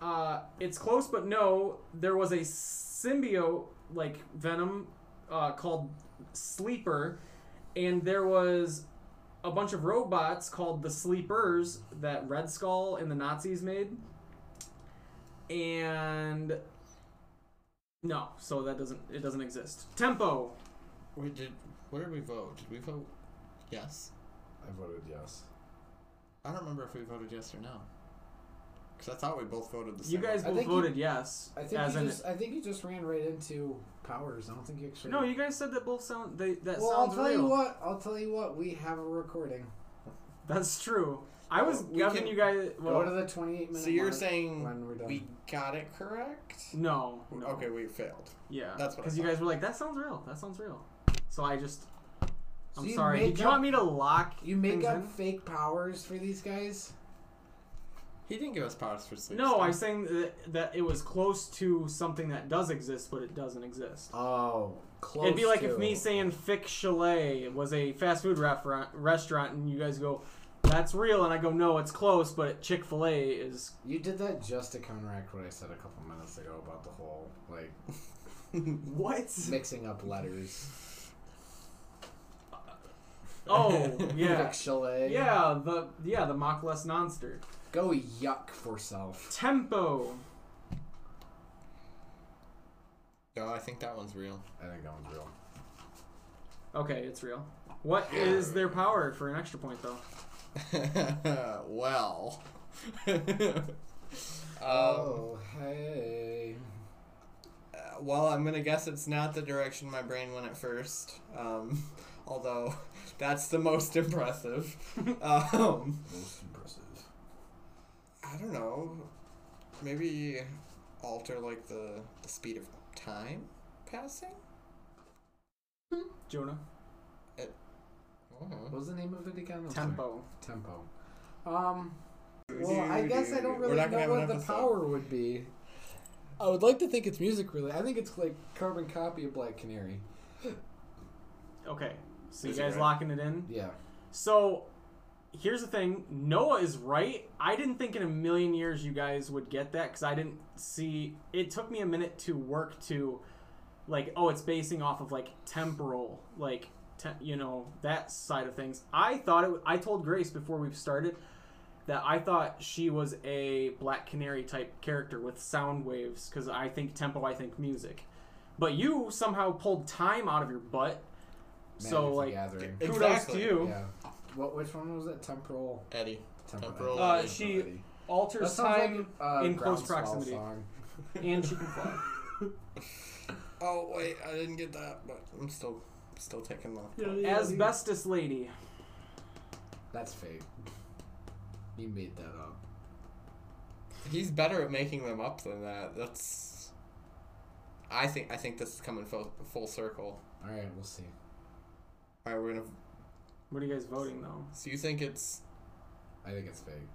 A: uh, it's close, but no. There was a symbiote like venom uh, called Sleeper, and there was a bunch of robots called the Sleepers that Red Skull and the Nazis made. And no, so that doesn't it doesn't exist. Tempo.
C: Wait, did what did we vote? Did we vote yes?
B: I voted yes.
C: I don't remember if we voted yes or no. Because I thought we both voted the
A: You
C: same.
A: guys
B: I
A: both
B: think
A: voted yes.
B: I think
A: as
B: you
A: in
B: just. I think you just ran right into powers. I don't think you actually.
A: No, you guys said that both sound they, that
B: Well, I'll
A: sounds
B: tell
A: real.
B: you what. I'll tell you what. We have a recording.
A: That's true. I was
C: Well, we
A: giving
C: can-
A: you guys well,
B: Go to the 28 minute.
C: So you're
B: mark
C: saying
B: when we're done.
C: we got it correct?
A: no, no.
C: Okay, we failed.
A: Yeah.
C: that's what I
A: Cuz you
C: thought.
A: guys were like that sounds real. That sounds real. So I just
B: So
A: I'm
B: you
A: sorry.
B: make
A: Did you
B: up-
A: want me to lock
B: You make
A: things
B: up
A: in?
B: fake powers for these guys.
C: He didn't give us powers for sleep.
A: No, I was
C: stuff.
A: saying that, that it was close to something that does exist but it doesn't exist.
B: Oh, close.
A: It'd be like
B: to.
A: if me saying Fick Chalet was a fast food restaurant, restaurant and you guys go, that's real, and I go, no, it's close, but Chick fil A is.
B: You did that just to counteract what I said a couple minutes ago about the whole (laughs) like
A: What?
B: mixing up letters.
A: Oh, yeah.
B: Like chalet.
A: Yeah, the yeah the mock less nonster
B: Go yuck for self.
A: tempo.
C: No, I think that one's real. (laughs)
B: I think that one's real.
A: Okay, it's real. What is their power for an extra point though?
C: well. (laughs) um,
B: oh hey.
C: Uh, well, I'm gonna guess it's not the direction my brain went at first. Um, (laughs) although that's the
A: (laughs)
C: most impressive. um,
B: Most impressive.
C: I don't know. Maybe alter like the the speed of time passing.
A: Jonah
C: Mm-hmm.
B: What was the name of it again? I'm sorry.
A: tempo.
B: Tempo. Um. Well, I guess I don't
C: We're
B: really
C: not gonna
B: know
C: have
B: what
C: an
B: the
C: episode.
B: power would be. I would like to think it's music related. I think it's like carbon copy of Black Canary.
A: Okay, so you
C: Is he
A: guys
C: right?
A: locking it in?
B: Yeah.
A: So here's the thing Noah is right. I didn't think in a million years you guys would get that because I didn't see. It took me a minute to work to, like, oh, it's basing off of, like, temporal, like, te- you know, that side of things. I thought it. w- I told Grace before we started that I thought she was a Black Canary type character with sound waves because I think tempo, I think music. But you somehow pulled time out of your butt. so,
B: Magic the
A: like,
B: Gathering.
A: kudos
C: Exactly.
A: to you.
B: Yeah. What? Which one was that? Temporal.
C: Eddie. Temporal.
A: Uh,
C: Lady.
A: she
B: Lady. That
A: alters
B: sounds like,
A: time
B: uh,
A: in close
B: Groundswell
A: proximity.
B: song.
A: and she can fly.
C: Oh wait, I didn't get that, but I'm still still taking the.
A: Asbestos lady.
B: That's fake. You made that up.
C: He's better at making them up than that. That's. I think I think this is coming full, full circle.
B: All right, we'll see.
C: All right, we're gonna.
A: What are you guys voting though?
C: So you think it's
B: I think it's fake.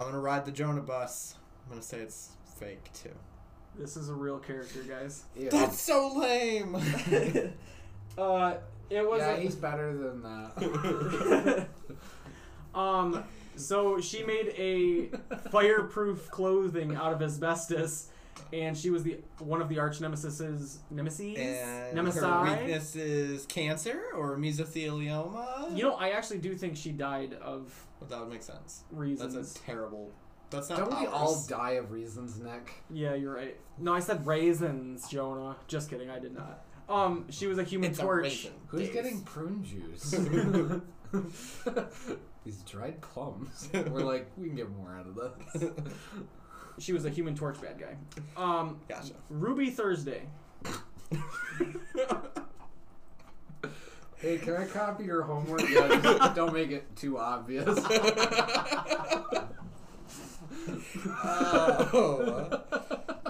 C: I'm gonna ride the Jonah bus. I'm gonna say it's fake too.
A: This is a real character,
C: (laughs)
A: guys.
B: Ew.
C: That's so
B: (laughs)
C: lame.
A: Uh, it was.
B: yeah,
A: a-
B: he's better than that.
A: (laughs) um, so she made a fireproof clothing out of asbestos, and she was the one of the arch nemesises. Nemesis.
C: and her
A: Nemesi.
C: weakness is cancer or mesothelioma.
A: You know, I actually do think she died of
C: Well, that would make sense.
A: reasons.
C: That's a terrible. That's not.
B: Don't we all
C: ours.
B: die of reasons, Nick?
A: Yeah, you're right. No, I said raisins, Jonah. Just kidding, I did not. Um, she was a human
C: It's a
A: torch.
C: raisin,
B: Who's
C: Dave.
B: getting prune juice? (laughs) These dried (laughs) plums. We're like, we can get more out of this.
A: She was a human torch bad guy. Um,
C: (laughs)
B: (laughs)
C: Gotcha. (laughs)
A: Ruby Thursday.
B: Hey, can I copy your (laughs) homework? Yeah, just don't make it too (laughs) obvious. Uh.
C: Oh.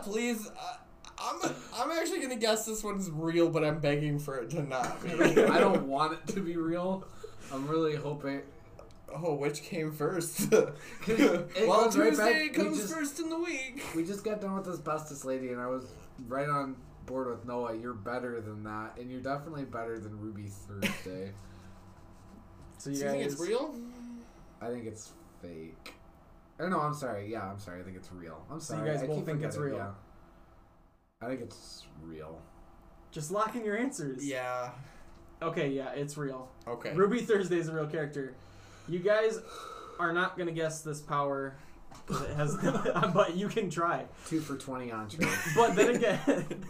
C: Please, uh, I'm I'm actually gonna guess this one's real, but I'm begging for it to not be.
B: (laughs)
A: (laughs)
B: I don't want it to be real. I'm really hoping.
C: Oh, which came
A: (laughs)
C: first?
B: it
C: (laughs) well,
B: goes right
C: Tuesday
B: back- you
C: comes
B: just-
C: first in the week.
B: We just got done with asbestos lady, and I was right on board with Noah. You're better than that, and you're definitely better than Ruby
A: (laughs)
B: Thursday.
A: So
C: Do
A: you
C: you
A: guys,
C: think it's real?
B: I think it's fake. Or no, I'm sorry. Yeah, I'm sorry. I think it's real. I'm
A: So you
B: sorry.
A: guys
B: I
A: both
B: keep
A: think it's
B: forgetting,
A: real?
B: yeah. I think it's real.
A: Just lock in your answers.
C: Yeah.
A: Okay, yeah, it's real.
C: Okay.
A: Ruby Thursday is a real character. You guys are not gonna guess this power, 'cause it has,
C: (laughs)
A: (laughs) but you can try.
B: Two for twenty
A: (laughs)
B: entrees.
A: But then again,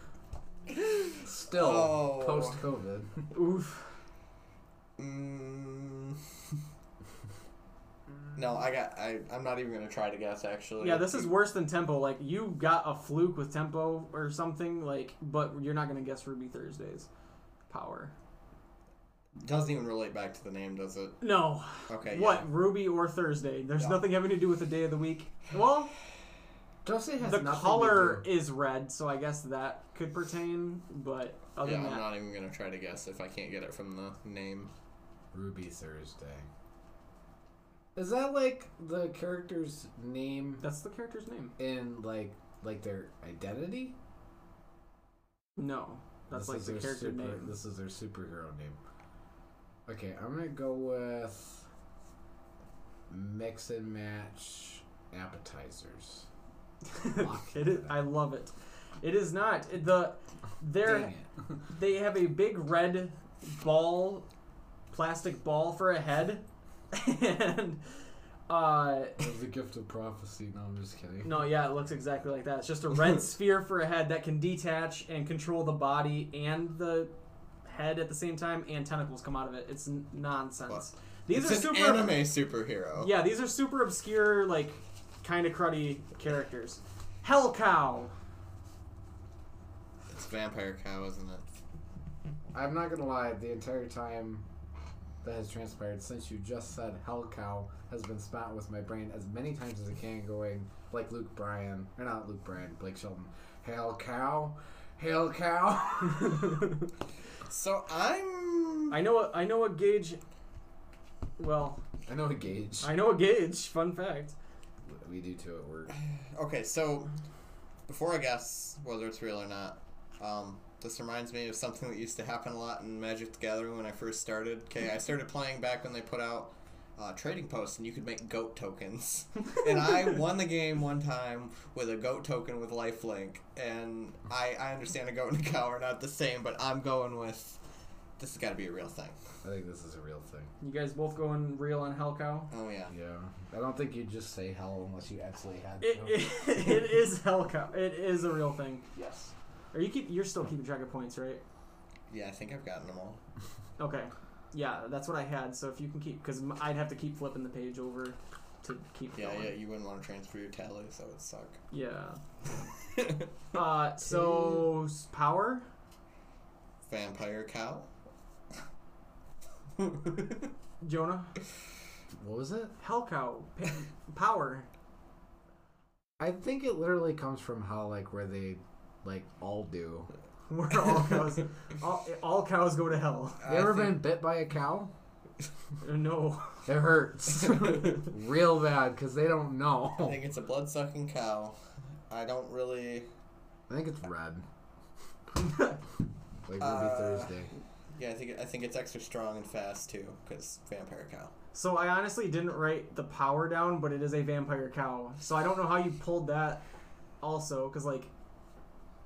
C: (laughs)
B: Still
C: Oh.
B: post COVID.
A: oof.
C: Mm. (laughs) No, I got. I I'm not even gonna try to guess. Actually.
A: Yeah, this is worse than tempo. Like you got a fluke with tempo or something. Like, but you're not gonna guess Ruby Thursday's power.
C: doesn't even relate back to the name, does it?
A: No.
C: Okay.
A: What Ruby or Thursday? There's nothing having to do with the day of the week. Well,
B: Jose has
A: the
B: nothing
A: color
B: To
A: is red, so I guess that could pertain. But other
C: Yeah,
A: than
C: I'm
A: that,
C: not even gonna try to guess if I can't get it from the name.
B: do. Ruby Thursday. Is that like the character's name
A: that's the character's name.
B: in like like their identity?
A: No, that's like
B: is
A: the
B: their
A: character
B: super-
A: name.
B: This is their superhero name. Okay, I'm gonna go with mix and match appetizers. Lock
A: (laughs) it is, I love it. It is not It- the
B: Dang
A: there.
B: it.
A: They have a big red ball, plastic ball for a head, (laughs) and uh.
B: That was the gift of prophecy. No, I'm just kidding.
A: No, yeah, it looks exactly like that. It's
C: (laughs)
A: just a red sphere for a head that can detach and control the body and the head at the same time, and tentacles come out of it. It's n- nonsense. These
C: it's
A: are
C: an
A: super.
C: anime superhero.
A: Yeah, these are super obscure, like kind of cruddy characters. Hell
C: (laughs)
A: cow.
C: It's vampire cow, isn't it?
B: I'm not gonna lie. The entire time that has transpired since you just said hell cow has been spat with my brain as many times as I can, going like Luke Bryan or not Luke Bryan, Blake Shelton. Hell cow, hell cow. (laughs)
C: So I'm.
A: I know. A, I know a gauge. Well,
B: I know a gauge.
A: I know a gauge. Fun fact.
B: We do too at work.
C: Okay, so Before I guess whether it's real or not, um, this reminds me of something that used to happen a lot in Magic the Gathering when I first started. Okay, I started playing back when they put out uh, Trading Post and you could make goat tokens. (laughs) and
A: (laughs)
C: I won the game one time with a goat token with lifelink. And I, I understand a goat and a cow are not the same, but I'm going with this has got to be a real thing.
B: I think this is a real thing.
A: You guys both going real on Hellcow?
C: Oh, yeah.
B: Yeah. I don't think you'd just say hell unless you actually had
A: It,
B: to.
A: it, it (laughs) is Hellcow. It is a real thing.
B: yes.
A: Are you keep? You're still keeping track of points, right?
C: Yeah, I think I've gotten them all.
A: Okay. Yeah, that's what I had. So if you can keep, because I'd have to keep flipping the page over to keep
C: Yeah,
A: going.
C: yeah, you wouldn't want to transfer your tally, so it would suck.
A: Yeah. Uh, so s- power.
C: Vampire (laughs) cow?
A: Jonah,
B: What was it?
A: Hellcow, pa- power.
B: I think it literally comes from how like where they like all do.
A: We're all cows. All, all cows go to hell. Uh,
B: You ever been bit by a cow?
A: No.
B: It
C: (laughs)
B: hurts
C: been?
B: real bad because they don't
C: I
B: know.
C: think it's a blood sucking cow. I don't really.
B: I think it's red.
C: (laughs)
B: Like Ruby
C: Uh,
B: Thursday.
C: Yeah, I think I think it's extra strong and fast too, because vampire cow.
A: So I honestly didn't write the power down, but it is a vampire cow. So I don't know how you pulled that. Also, because like,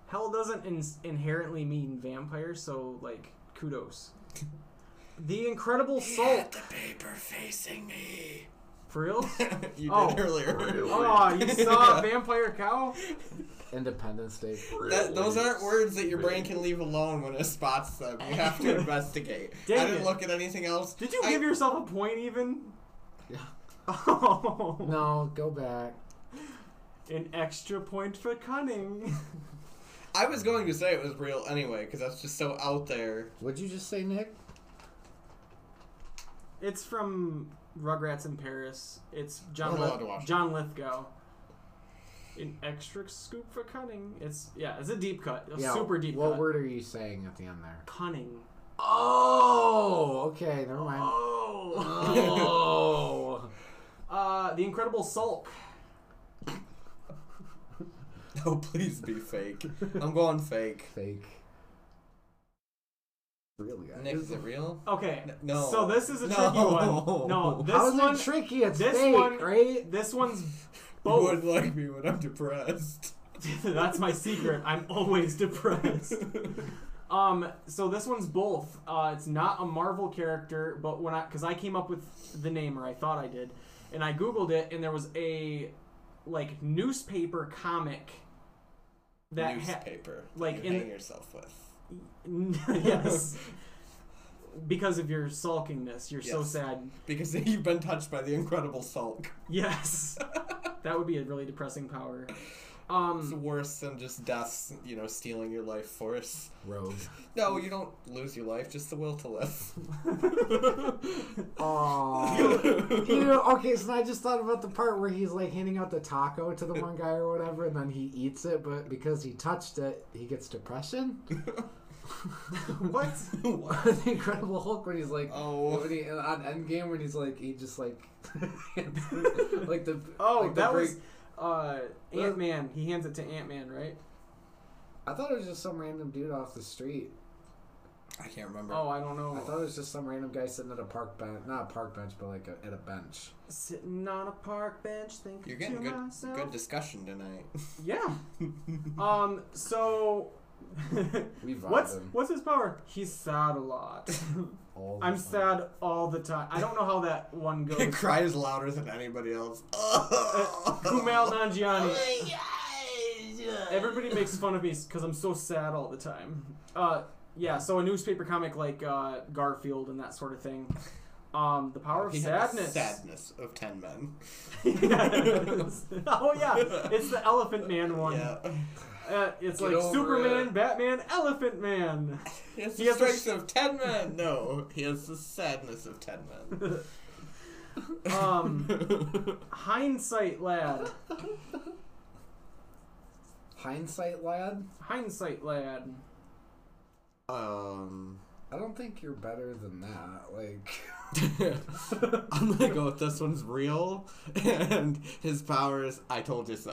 A: hell doesn't in- inherently mean vampire. So like, kudos. The Incredible Salt.
C: the paper facing me. (laughs)
A: For real?
C: you
A: Oh.
C: did (laughs) earlier.
A: Oh, you saw a
C: Yeah.
A: vampire cow?
B: Independence Day.
C: That, those aren't words that your brain can leave alone when it spots them. You have
A: (laughs)
C: to investigate. I
A: Dang
C: didn't
A: it.
C: look at anything else.
A: Did you
C: I-
A: give yourself a point even? (laughs)
B: Yeah.
A: Oh.
B: No, go back.
A: An extra point for cunning. (laughs)
C: I was going to say it was real anyway, because that's just so out there. (laughs)
B: What'd you just say, Nick?
A: It's from Rugrats in Paris. It's John
C: We're allowed
A: Lith-
C: to watch it.
A: John Lithgow. An extra scoop for cunning. It's yeah, it's a deep cut, a super deep
B: What
A: cut.
B: word are you saying at the end there?
A: Cunning.
B: Oh, okay. Never mind.
A: Oh.
B: Oh.
A: (laughs) uh, the Incredible Sulk.
C: Oh, please be
A: (laughs)
C: fake. I'm going fake.
B: Fake. Really?
C: Nick, is it real?
A: Okay.
C: No.
A: So this is a
C: No.
A: tricky one. No, this
B: How is
A: one.
B: it tricky? It's
A: this
B: fake,
A: one-
B: right?
A: this one's
C: (laughs) You
A: both.
C: would like me when I'm depressed.
A: (laughs) That's my secret. I'm always depressed. Um, so this one's both. Uh, it's not a Marvel character, but when I, because I came up with the name, or I thought I did, and I googled it, and there was a like newspaper comic that had
C: Newspaper. that
A: like,
C: you
A: in-
C: hang yourself with.
A: (laughs) yes, because of your sulkingness, you're so
C: Yes.
A: sad.
C: Because (laughs) you've been touched by the incredible sulk.
A: Yes, that would be a really depressing power. Um,
C: It's worse than just deaths, you know, stealing your life force.
B: Rogue.
A: Mm.
C: No, you don't lose your life, just the will to
A: (laughs)
C: live. (laughs)
B: Oh. You know, okay, so I just thought about the part where he's like handing out the taco to the one guy or whatever, and then he eats it, but because he touched it, he gets depression. (laughs)
A: (laughs) what?
B: the Incredible Hulk when he's like,
C: Oh.
B: when he, on Endgame when he's like, he just like, (laughs) like the
A: Oh,
B: like the
A: that
B: break-
A: was uh, Ant Man. He hands it to Ant Man, right?
B: I thought it was just some random dude off the street.
C: I can't remember.
A: Oh, I don't
B: I
A: know.
B: thought it was just some random guy sitting at a park bench, not a park bench, but like a, at a bench.
A: Sitting on a park bench, thinking
C: You're getting
A: to
C: good
A: myself.
C: good discussion tonight.
A: (laughs)
C: (laughs)
A: yeah. um. So.
B: We vibed
A: what's
B: him
A: what's his power? He's sad a
C: (laughs)
A: lot.
B: all the
A: I'm
B: time.
A: sad all the time. I don't know how that one
C: it
A: goes. Uh,
C: (laughs) cries louder than anybody else. Oh
A: Kumail
C: (laughs)
A: Nanjiani. Everybody makes fun of me because I'm so sad all the time. Uh, yeah. So a newspaper comic like uh, Garfield and that sort of thing. Um, the power of
C: He had the
A: sadness.
C: sadness of ten men.
A: (laughs) Yes. Oh yeah, it's the Elephant Man one.
C: Yeah.
A: Uh, it's
C: Get
A: like
C: over
A: Superman,
C: it.
A: Batman, Elephant Man.
C: He has
A: He
C: the
A: has the
C: strength of ten men. No, he has the sadness of ten
A: (laughs)
C: men.
A: Um,
C: (laughs)
A: hindsight lad,
B: Hindsight, lad.
A: hindsight lad.
C: um, (laughs)
B: I don't think you're better than that. Like,
C: I'm gonna go with this one's real, and his power is I told you so.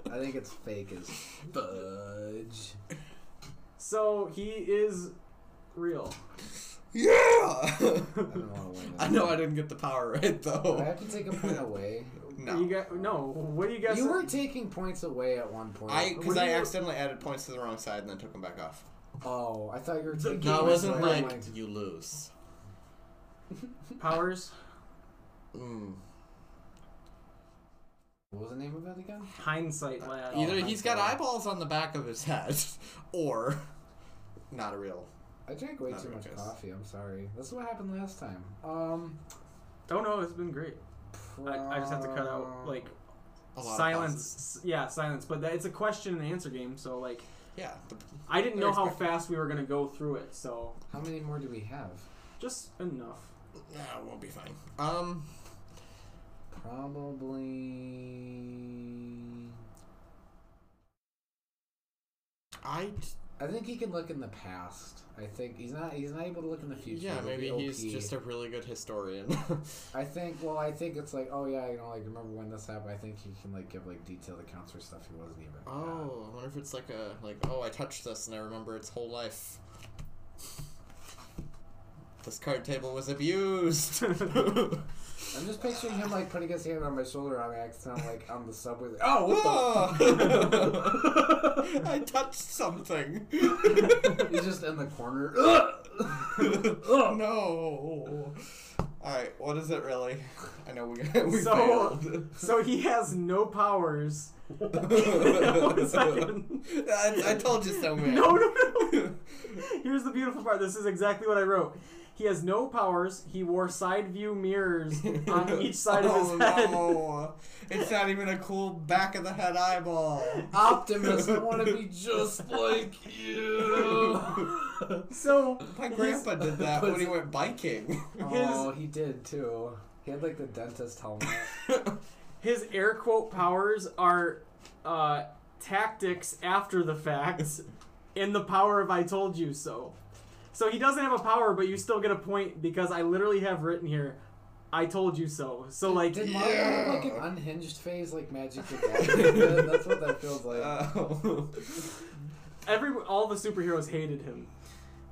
C: (laughs)
B: I think it's fake as fudge.
A: So he is real.
C: yeah! (laughs)
B: I don't want to win.
C: I know I didn't get the power right
B: Do I
C: though.
B: have to take a point away.
A: You
C: No.
A: got no. What do you guys?
B: you were taking points away at one point.
C: I because
A: What do
C: I
A: you-
C: accidentally added points to the wrong side and then took them back off.
B: oh, I thought you were
A: The
B: taking.
C: No,
A: game
C: it
B: points
C: wasn't
B: away. I'm
C: like you lose.
A: powers.
C: Mm.
B: what was the name of it again?
A: Hindsight, lad.
B: Oh,
C: Either he's got
B: God.
C: eyeballs on the back of his head, (laughs) or not a real.
B: I drank way
C: Not
B: too
C: very
B: much
C: nice.
B: coffee. I'm sorry. That's what happened last time. Um,
A: Don't know. Oh, It's been great. I, I just have to cut out
B: prob-
A: like
C: Uh, A lot of pauses.
A: silence. Yeah, silence. But that, it's a question and answer game. So like,
C: Yeah. The,
A: I didn't
C: They're
A: know how
C: expecting-
A: fast we were gonna go through it. So
B: How many more do we have?
A: just enough.
C: nah, we'll be fine. Um,
B: Probably.
C: I
B: I think he can look in the past. I think he's not. He's not able to look in the future.
C: yeah,
B: It'll
C: maybe
B: be
C: he's
B: OP.
C: just a really good historian. (laughs)
B: I think. Well, I think it's like, oh yeah, you know, like remember when this happened? I think he can like give like detailed accounts for stuff he wasn't even. at.
C: oh, I wonder if it's like a like oh I touched this and I remember its whole life. This card table was abused. (laughs)
B: I'm just picturing him like putting his hand on my shoulder on accident, like on the subway. like, Oh, what (laughs)
C: Ah. Whoa! Ah! (laughs) I
B: (laughs)
C: touched something.
B: the? (laughs) he's just in the corner. (laughs)
C: no. Alright, what is it really? I know we, (laughs) we
A: So- (laughs)
C: failed.
A: So he has no
C: (laughs)
A: powers. One second.
C: I, I told you so,
A: (laughs)
C: man.
A: No, no,
C: (laughs)
A: no. Here's the beautiful part. This is exactly what I wrote. He has no powers. He wore side view mirrors
C: (laughs)
A: on each side of
C: Oh,
A: his head.
C: No. It's not even a cool back of the head eyeball.
B: Optimus, I want to be
C: (laughs)
B: just like you.
A: (laughs) So
C: My
A: he's-
C: grandpa did that
A: (laughs)
C: when he went biking. (laughs)
B: Oh, he did too. He had like the dentist helmet.
A: his air quote powers are uh, tactics after the
C: (laughs)
A: fact in the power of I told you so. So he doesn't have a power, but you still get a point because I literally have written here, I told you so. So like
B: Did Mario have like an
C: Yeah.
B: unhinged phase like Magic the (laughs) Gathering? That's what that feels like.
C: Oh.
A: every all the superheroes hated him.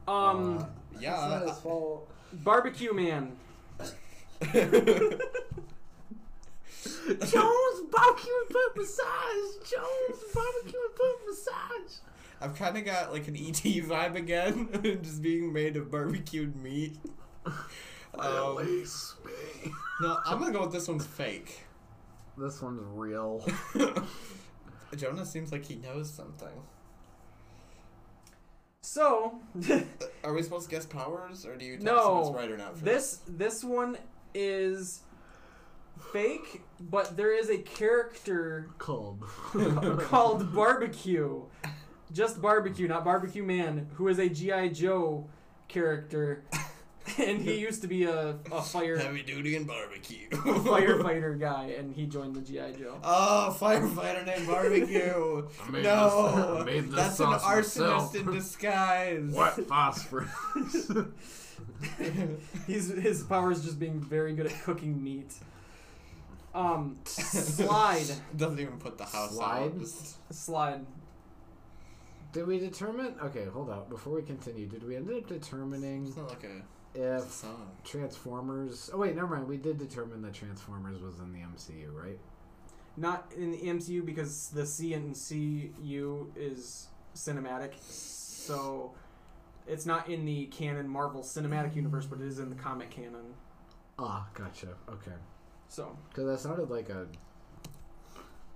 A: Um,
B: Uh,
C: (laughs) yeah.
B: it's not his fault.
A: barbecue man.
C: Jones
A: barbecue and foot massage. Jones barbecue and foot massage.
C: I've kind of got like an ET vibe again, (laughs) just being made of barbecued meat. Um, no, I'm gonna go with this one's fake. (laughs)
B: This one's real.
C: Jonah seems like he knows something.
A: So (laughs)
C: Are we supposed to guess powers, or do you tell
A: No.
C: us if it's right or not? For
A: this this one is fake, but there is a character (laughs)
B: Cold.
A: called Barbecue, just Barbecue, not Barbecue Man, who is a GI Joe character, (laughs) and he used to be a, a fire
C: (laughs) heavy duty and barbecue?
A: firefighter guy, and he joined the GI Joe.
C: (laughs) Oh, firefighter named Barbecue.
B: made this- (laughs)
C: no,
B: I made this
C: that's
B: sauce
C: an arsonist
B: myself.
C: in disguise.
B: phosphorus? (laughs)
A: He's his power is just being very good at cooking meat. Um,
C: (laughs)
A: slide,
C: Doesn't even put the house
B: Slide?
C: out. Just-
A: slide.
B: did we determine? Okay, hold up. Before we continue, did we end up determining
C: It's not like a
B: if
C: song.
B: Transformers? Oh wait, never mind. We did determine that Transformers was in the MCU, right?
A: Not in the MCU because the C and CU is cinematic, so it's not in the canon Marvel Cinematic Universe, but it is in the comic canon.
B: Ah, gotcha. Okay.
A: So
B: Because that sounded like a.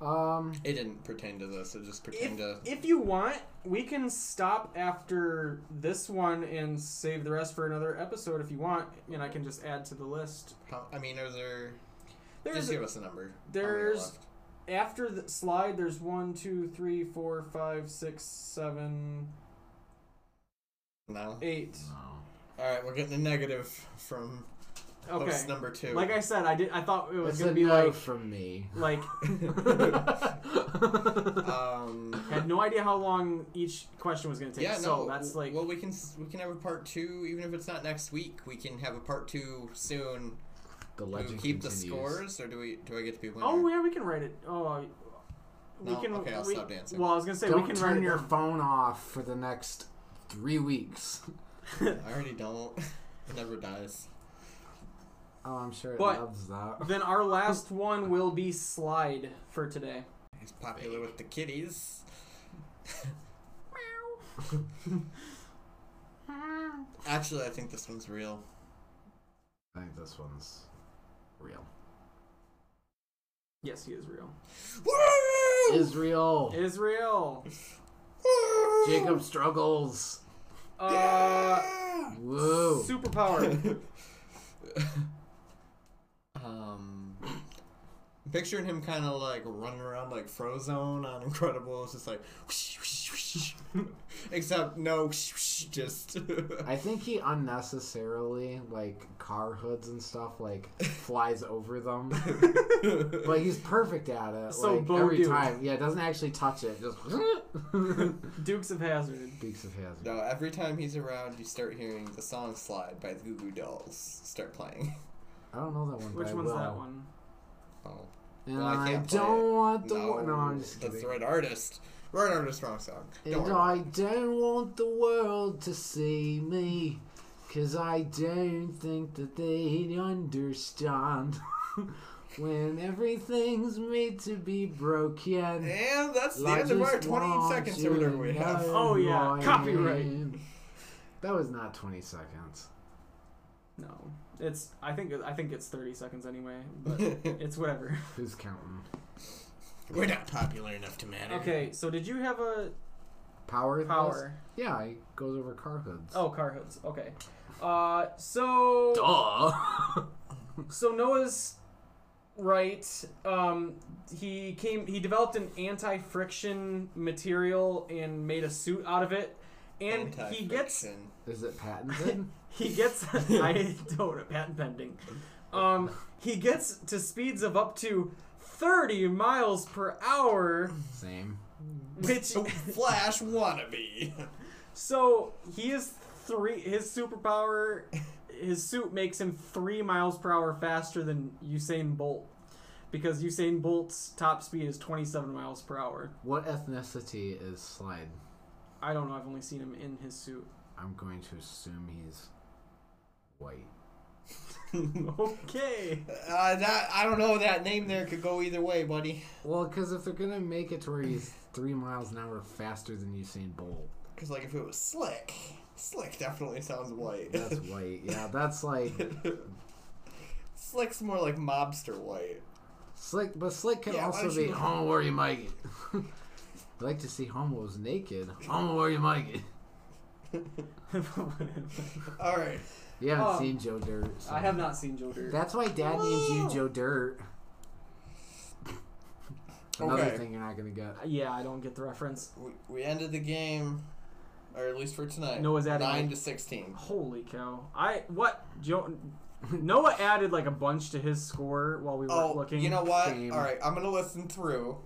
B: Um.
C: It didn't pertain to this. It just pertained
A: if,
C: to.
A: if you want, we can stop after this one and save the rest for another episode if you want, and I can just add to the list.
C: How, I mean, are there?
A: There's
C: just give us a number. How many are
A: there's-
C: left?
A: after the slide there's one two three four five six seven
C: no.
A: eight
B: no.
C: All right, we're getting a negative from
A: Okay.
C: Host number two.
A: Like I said, I did. I thought it was
B: It's
A: gonna
B: a
A: be
B: no
A: like
B: from me.
A: like.
C: (laughs) um,
A: I had no idea how long each question was gonna take.
C: yeah, no.
A: so that's like
C: Well, we can s- we can have a part two, even if it's not next week. We can have a part two soon.
B: The
C: Do we
B: legend
C: keep the
B: continues.
C: scores, or do we do I get to be winner?
A: Oh yeah, we can write it. Oh, we
C: No,
A: can.
C: okay, I'll
A: we-
C: stop dancing.
A: Well, I was gonna say
B: Don't
A: we can
B: turn
A: write
B: your
A: your.
B: phone off for the next three weeks. (laughs)
C: I already don't. It never dies.
B: Oh, I'm sure it
A: But-
B: loves that.
A: then our last one will be slide for today.
C: He's popular with
B: (laughs)
C: the kitties. Actually, I think this one's real.
B: I think this one's real.
A: Yes, he is real.
C: Woo!
B: Israel.
C: (laughs)
A: Israel.
B: (laughs)
C: Woo!
B: Jacob struggles.
A: Uh,
B: Whoa.
A: superpower.
C: um, picturing him kind of like running around like Frozone on Incredibles, just like whoosh, whoosh, whoosh. (laughs) except no, whoosh, whoosh, just
B: I think he unnecessarily like car hoods and
A: (laughs)
B: stuff like flies over them, but he's perfect at it.
A: So
B: like,
A: Bo
B: every
A: Duke.
B: time, yeah, doesn't actually touch it. Just (laughs)
A: Dukes of Hazard.
B: Beaks of Hazard.
C: no. Every time he's around, you start hearing the song "Slide" by the Goo Goo Dolls start playing. (laughs)
B: I don't know that one.
A: Which
B: but I
A: one's
B: will.
A: that one?
C: Oh,
B: And
C: Well, I
B: I,
C: can't play
B: don't
C: it.
B: want the
C: no,
B: wor- no. I'm just
C: that's
B: kidding.
C: the right artist. Right artist, wrong song. Don't
B: And
C: worry.
B: I don't want the world to see me, 'cause I don't think that they understand (laughs) when everything's made to be broken.
C: And that's the
B: I
C: end of our
B: just
C: 20
B: want
C: seconds
B: you
C: or whatever we
B: to
C: have.
B: know
A: Oh, yeah.
B: my
A: Copyright.
B: name. That was not 20 seconds.
A: No, it's. I think. I think it's thirty seconds anyway.
B: (laughs)
A: But it's whatever.
B: Who's counting?
C: (laughs) We're not popular enough to matter.
A: Okay, so did you have a
B: Power. thrust?
A: power?
B: Yeah, he goes over car hoods.
A: Oh, car hoods. Okay. Uh, so.
B: duh.
A: So Noah's right. Um, he came. He developed an anti-friction material and made a suit out of it. And he gets
C: Anti-friction.
B: (laughs) Is it patented?
A: (laughs)
B: (laughs)
A: he gets. I don't patent pending. Um, he gets to speeds of up to thirty miles per hour,
B: Same.
A: which
C: Flash wannabe.
A: so he is three. His superpower, his suit makes him three miles per hour faster than Usain Bolt. Because Usain Bolt's top speed is 27 miles per hour.
B: What ethnicity is Slide?
A: I don't know. I've only seen him in his
C: (laughs)
A: suit.
B: I'm going to assume he's white.
C: (laughs)
A: Okay.
C: Uh, that I don't know. That name there could go either way, buddy.
B: Well, because if they're gonna make it to where he's three miles an hour faster than Usain Bolt,
C: Because like if it was slick, slick definitely sounds white.
B: that's white. Yeah, that's like
C: Slick's more like mobster white. (laughs)
B: slick, but slick can
C: Yeah, why
B: also
C: don't you
B: be
C: look-
B: homo where you might. get." (laughs) I like to see homos naked. Homo where you might. get."
C: All right.
B: You haven't
A: Oh.
B: seen Joe Dirt. so-
A: I have not seen Joe Dirt.
B: That's why Dad names you
C: Whoa.
B: Joe Dirt. Another
C: Okay.
B: thing you're not gonna get.
A: yeah, I don't get the reference.
C: We, we ended the game, or at least for tonight.
A: Noah's adding
C: nine
A: like-
C: to sixteen.
A: Holy cow! I what Joe Noah added like a bunch to his score while we were
C: Oh,
A: looking.
C: you know what?
B: Shame.
C: All right, I'm gonna listen through.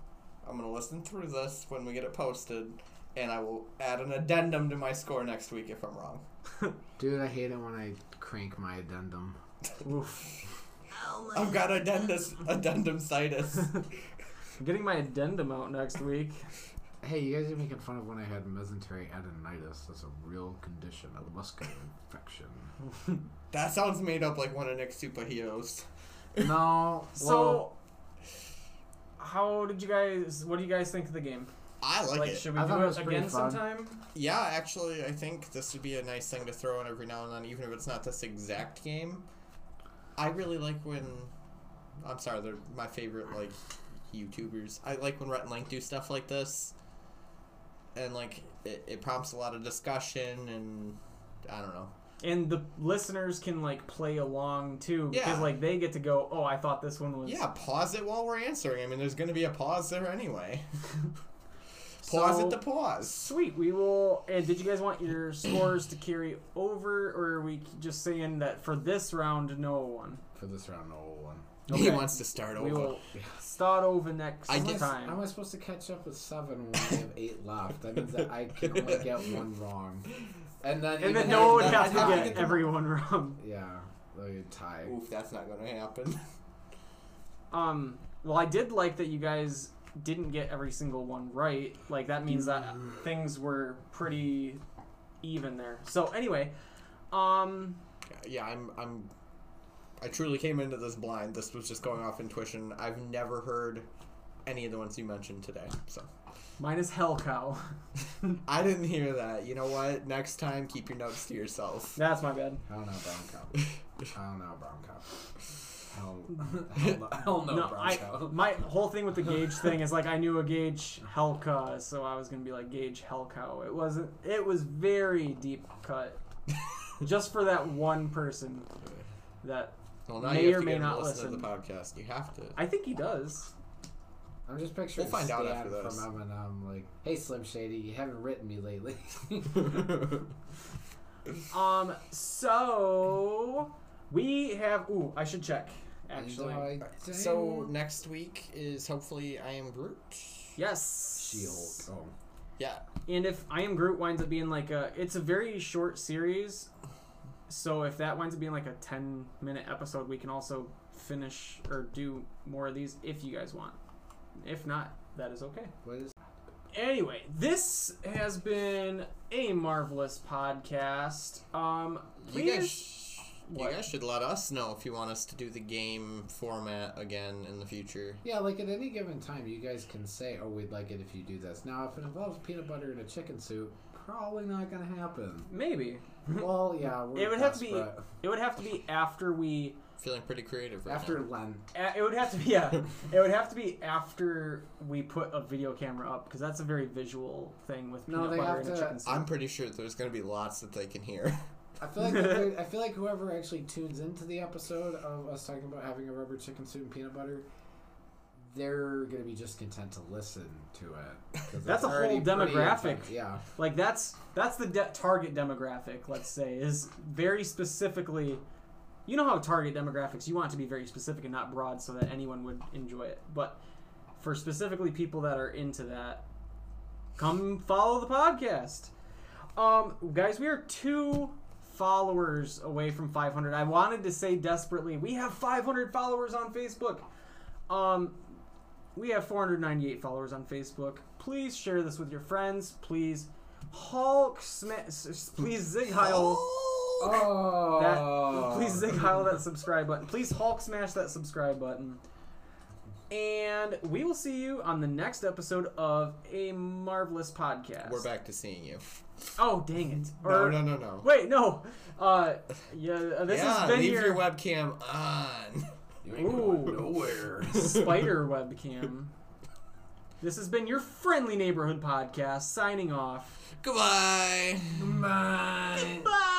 C: I'm gonna listen through this when we get it posted, and I will add an addendum to my score next week if I'm wrong.
B: Dude, I hate it when I crank my addendum.
A: Oof. (laughs)
C: I've got addendus, addendum situs.
A: I'm getting my addendum out next week.
B: Hey, you guys are making fun of when I had mesenteric adenitis. That's a real condition of muscular
A: (laughs)
B: infection.
C: that sounds made up like one of Nick Superheroes.
B: No. well,
A: So, how did you guys? What do you guys think of the game?
C: I like,
A: Like,
C: it.
A: should we
B: I
A: do
B: thought it
A: it
B: was pretty
A: again
B: fun.
A: sometime?
C: Yeah, actually, I think this would be a nice thing to throw in every now and then, even if it's not this exact game. I really like when. I'm sorry, they're my favorite like YouTubers. I like when Rhett and Link do stuff like this, and like it, it prompts a lot of discussion, and I don't know.
A: And the listeners can like play along too, because
C: Yeah.
A: like they get to go. Oh, I thought this one was. (laughs)
C: Yeah, pause it while we're answering. I mean, there's going to be a pause there anyway. Pause
A: So-
C: at the pause.
A: Sweet. We will. And did you guys want your scores to carry over, or are we just saying that for this round, no one?
B: For this round, no one.
C: He
A: Okay.
C: wants to start
A: We
C: over.
A: will start over next
C: I
B: Am I-
C: guess-
A: time.
B: Am I supposed to catch up with seven when I have eight left? That means that I can
A: (laughs)
B: only get one wrong. And then,
A: and
B: even
A: then no one
B: if
C: that-
A: has
B: that's
A: to
C: I
B: tied-
C: think
A: get
C: it's a-
A: everyone (laughs) wrong.
B: Yeah, they tie.
C: Oof, that's not going
A: (laughs)
C: to happen.
A: Um. Well, I did like that you guys didn't get every single one right. Like that means that things were pretty even there. So anyway, um,
C: yeah, I'm. I'm. I truly came into this blind. This was just going off intuition. I've never heard any of the ones you mentioned today, so
A: mine is hell cow. (laughs)
C: I didn't hear that. You know what? Next time, keep your notes to yourself.
A: That's my bad.
B: I don't know brown
A: (laughs)
B: cow. I don't know brown cow. Hell, hell, no- hell no,
A: No,
B: brown
A: I
B: cow.
A: my whole thing with the gauge thing is like I knew a gauge Helka, so I was gonna be like gauge Helco. It wasn't. It was very deep
B: (laughs)
A: cut, just for that one person. That
C: Well, now
A: May
C: you have
A: or
C: to
A: may
C: get him to
A: not
C: listen to the
A: listen.
C: podcast. You have to.
A: I think he does.
B: I'm just picturing
C: We'll find out
B: Stan
C: after this.
B: from Eminem like, "Hey Slim Shady, you haven't written me lately." (laughs)
A: Um. So we have. Ooh, I should check. Actually,
B: And I
C: uh, so
B: didn't-
C: next week is hopefully I am Groot.
A: yes.
B: She-Hulk. Oh,
C: Yeah.
A: And if I Am Groot winds up being like a, it's a very short series, so if that winds up being like a ten minute episode, we can also finish or do more of these if you guys want. If not, that is okay.
B: what is?
A: Anyway, this has been a marvelous podcast. Um,
C: You guys,
A: please-
C: sh- you
A: What?
C: guys should let us know if you want us to do the game format again in the future.
B: Yeah, like at any given time, you guys can say, "Oh, we'd like it if you do this." Now, if it involves peanut butter and a chicken soup, probably not gonna happen.
A: maybe
B: well, yeah, we're
A: It would have to be-
B: desperate.
A: it would have to be after we
C: Feeling
A: (laughs)
C: pretty creative right
B: after
C: now.
B: Lent.
A: A- It would have to be yeah. It would have to be after we put a video camera up because that's a very visual thing with
B: No,
A: peanut
B: they
A: butter
B: have
A: and a
B: to-
A: chicken soup.
C: I'm pretty sure there's going to be lots that they can hear.
B: I
A: (laughs)
B: feel like if- I feel like whoever actually tunes into the episode of us talking about having a rubber chicken soup and peanut butter, they're gonna be just content to listen to it. 'cause
A: That's
B: it's
A: a whole
B: already pretty
A: demographic.
B: intense.
A: (laughs)
B: Yeah,
A: Like that's that's the de- target demographic. Let's say is very specifically. You know how target demographics you want it to be very specific and not broad so that anyone would enjoy it. But for specifically people that are into that, come follow the podcast. Um, guys, we are two followers away from 500. I wanted to say desperately, we have 500 followers on Facebook. Um, we have 498 followers on Facebook. Please share this with your friends. Please, Hulk sma- s- s- Please zig heil.
B: Oh,
A: That, please zig heil that subscribe button. Please Hulk smash that subscribe button. And we will see you on the next episode of a marvelous podcast.
C: We're back to seeing you.
A: Oh dang it!
C: No,
A: Or-
C: no, no, no.
A: Wait, no. Uh, yeah, this
C: yeah,
A: has been
C: leave
A: your,
C: (laughs) your webcam on. (laughs)
B: You ain't going
A: Ooh.
B: nowhere.
A: spider webcam. This has been your friendly neighborhood podcast signing off.
C: Goodbye.
B: Mine.
A: Bye.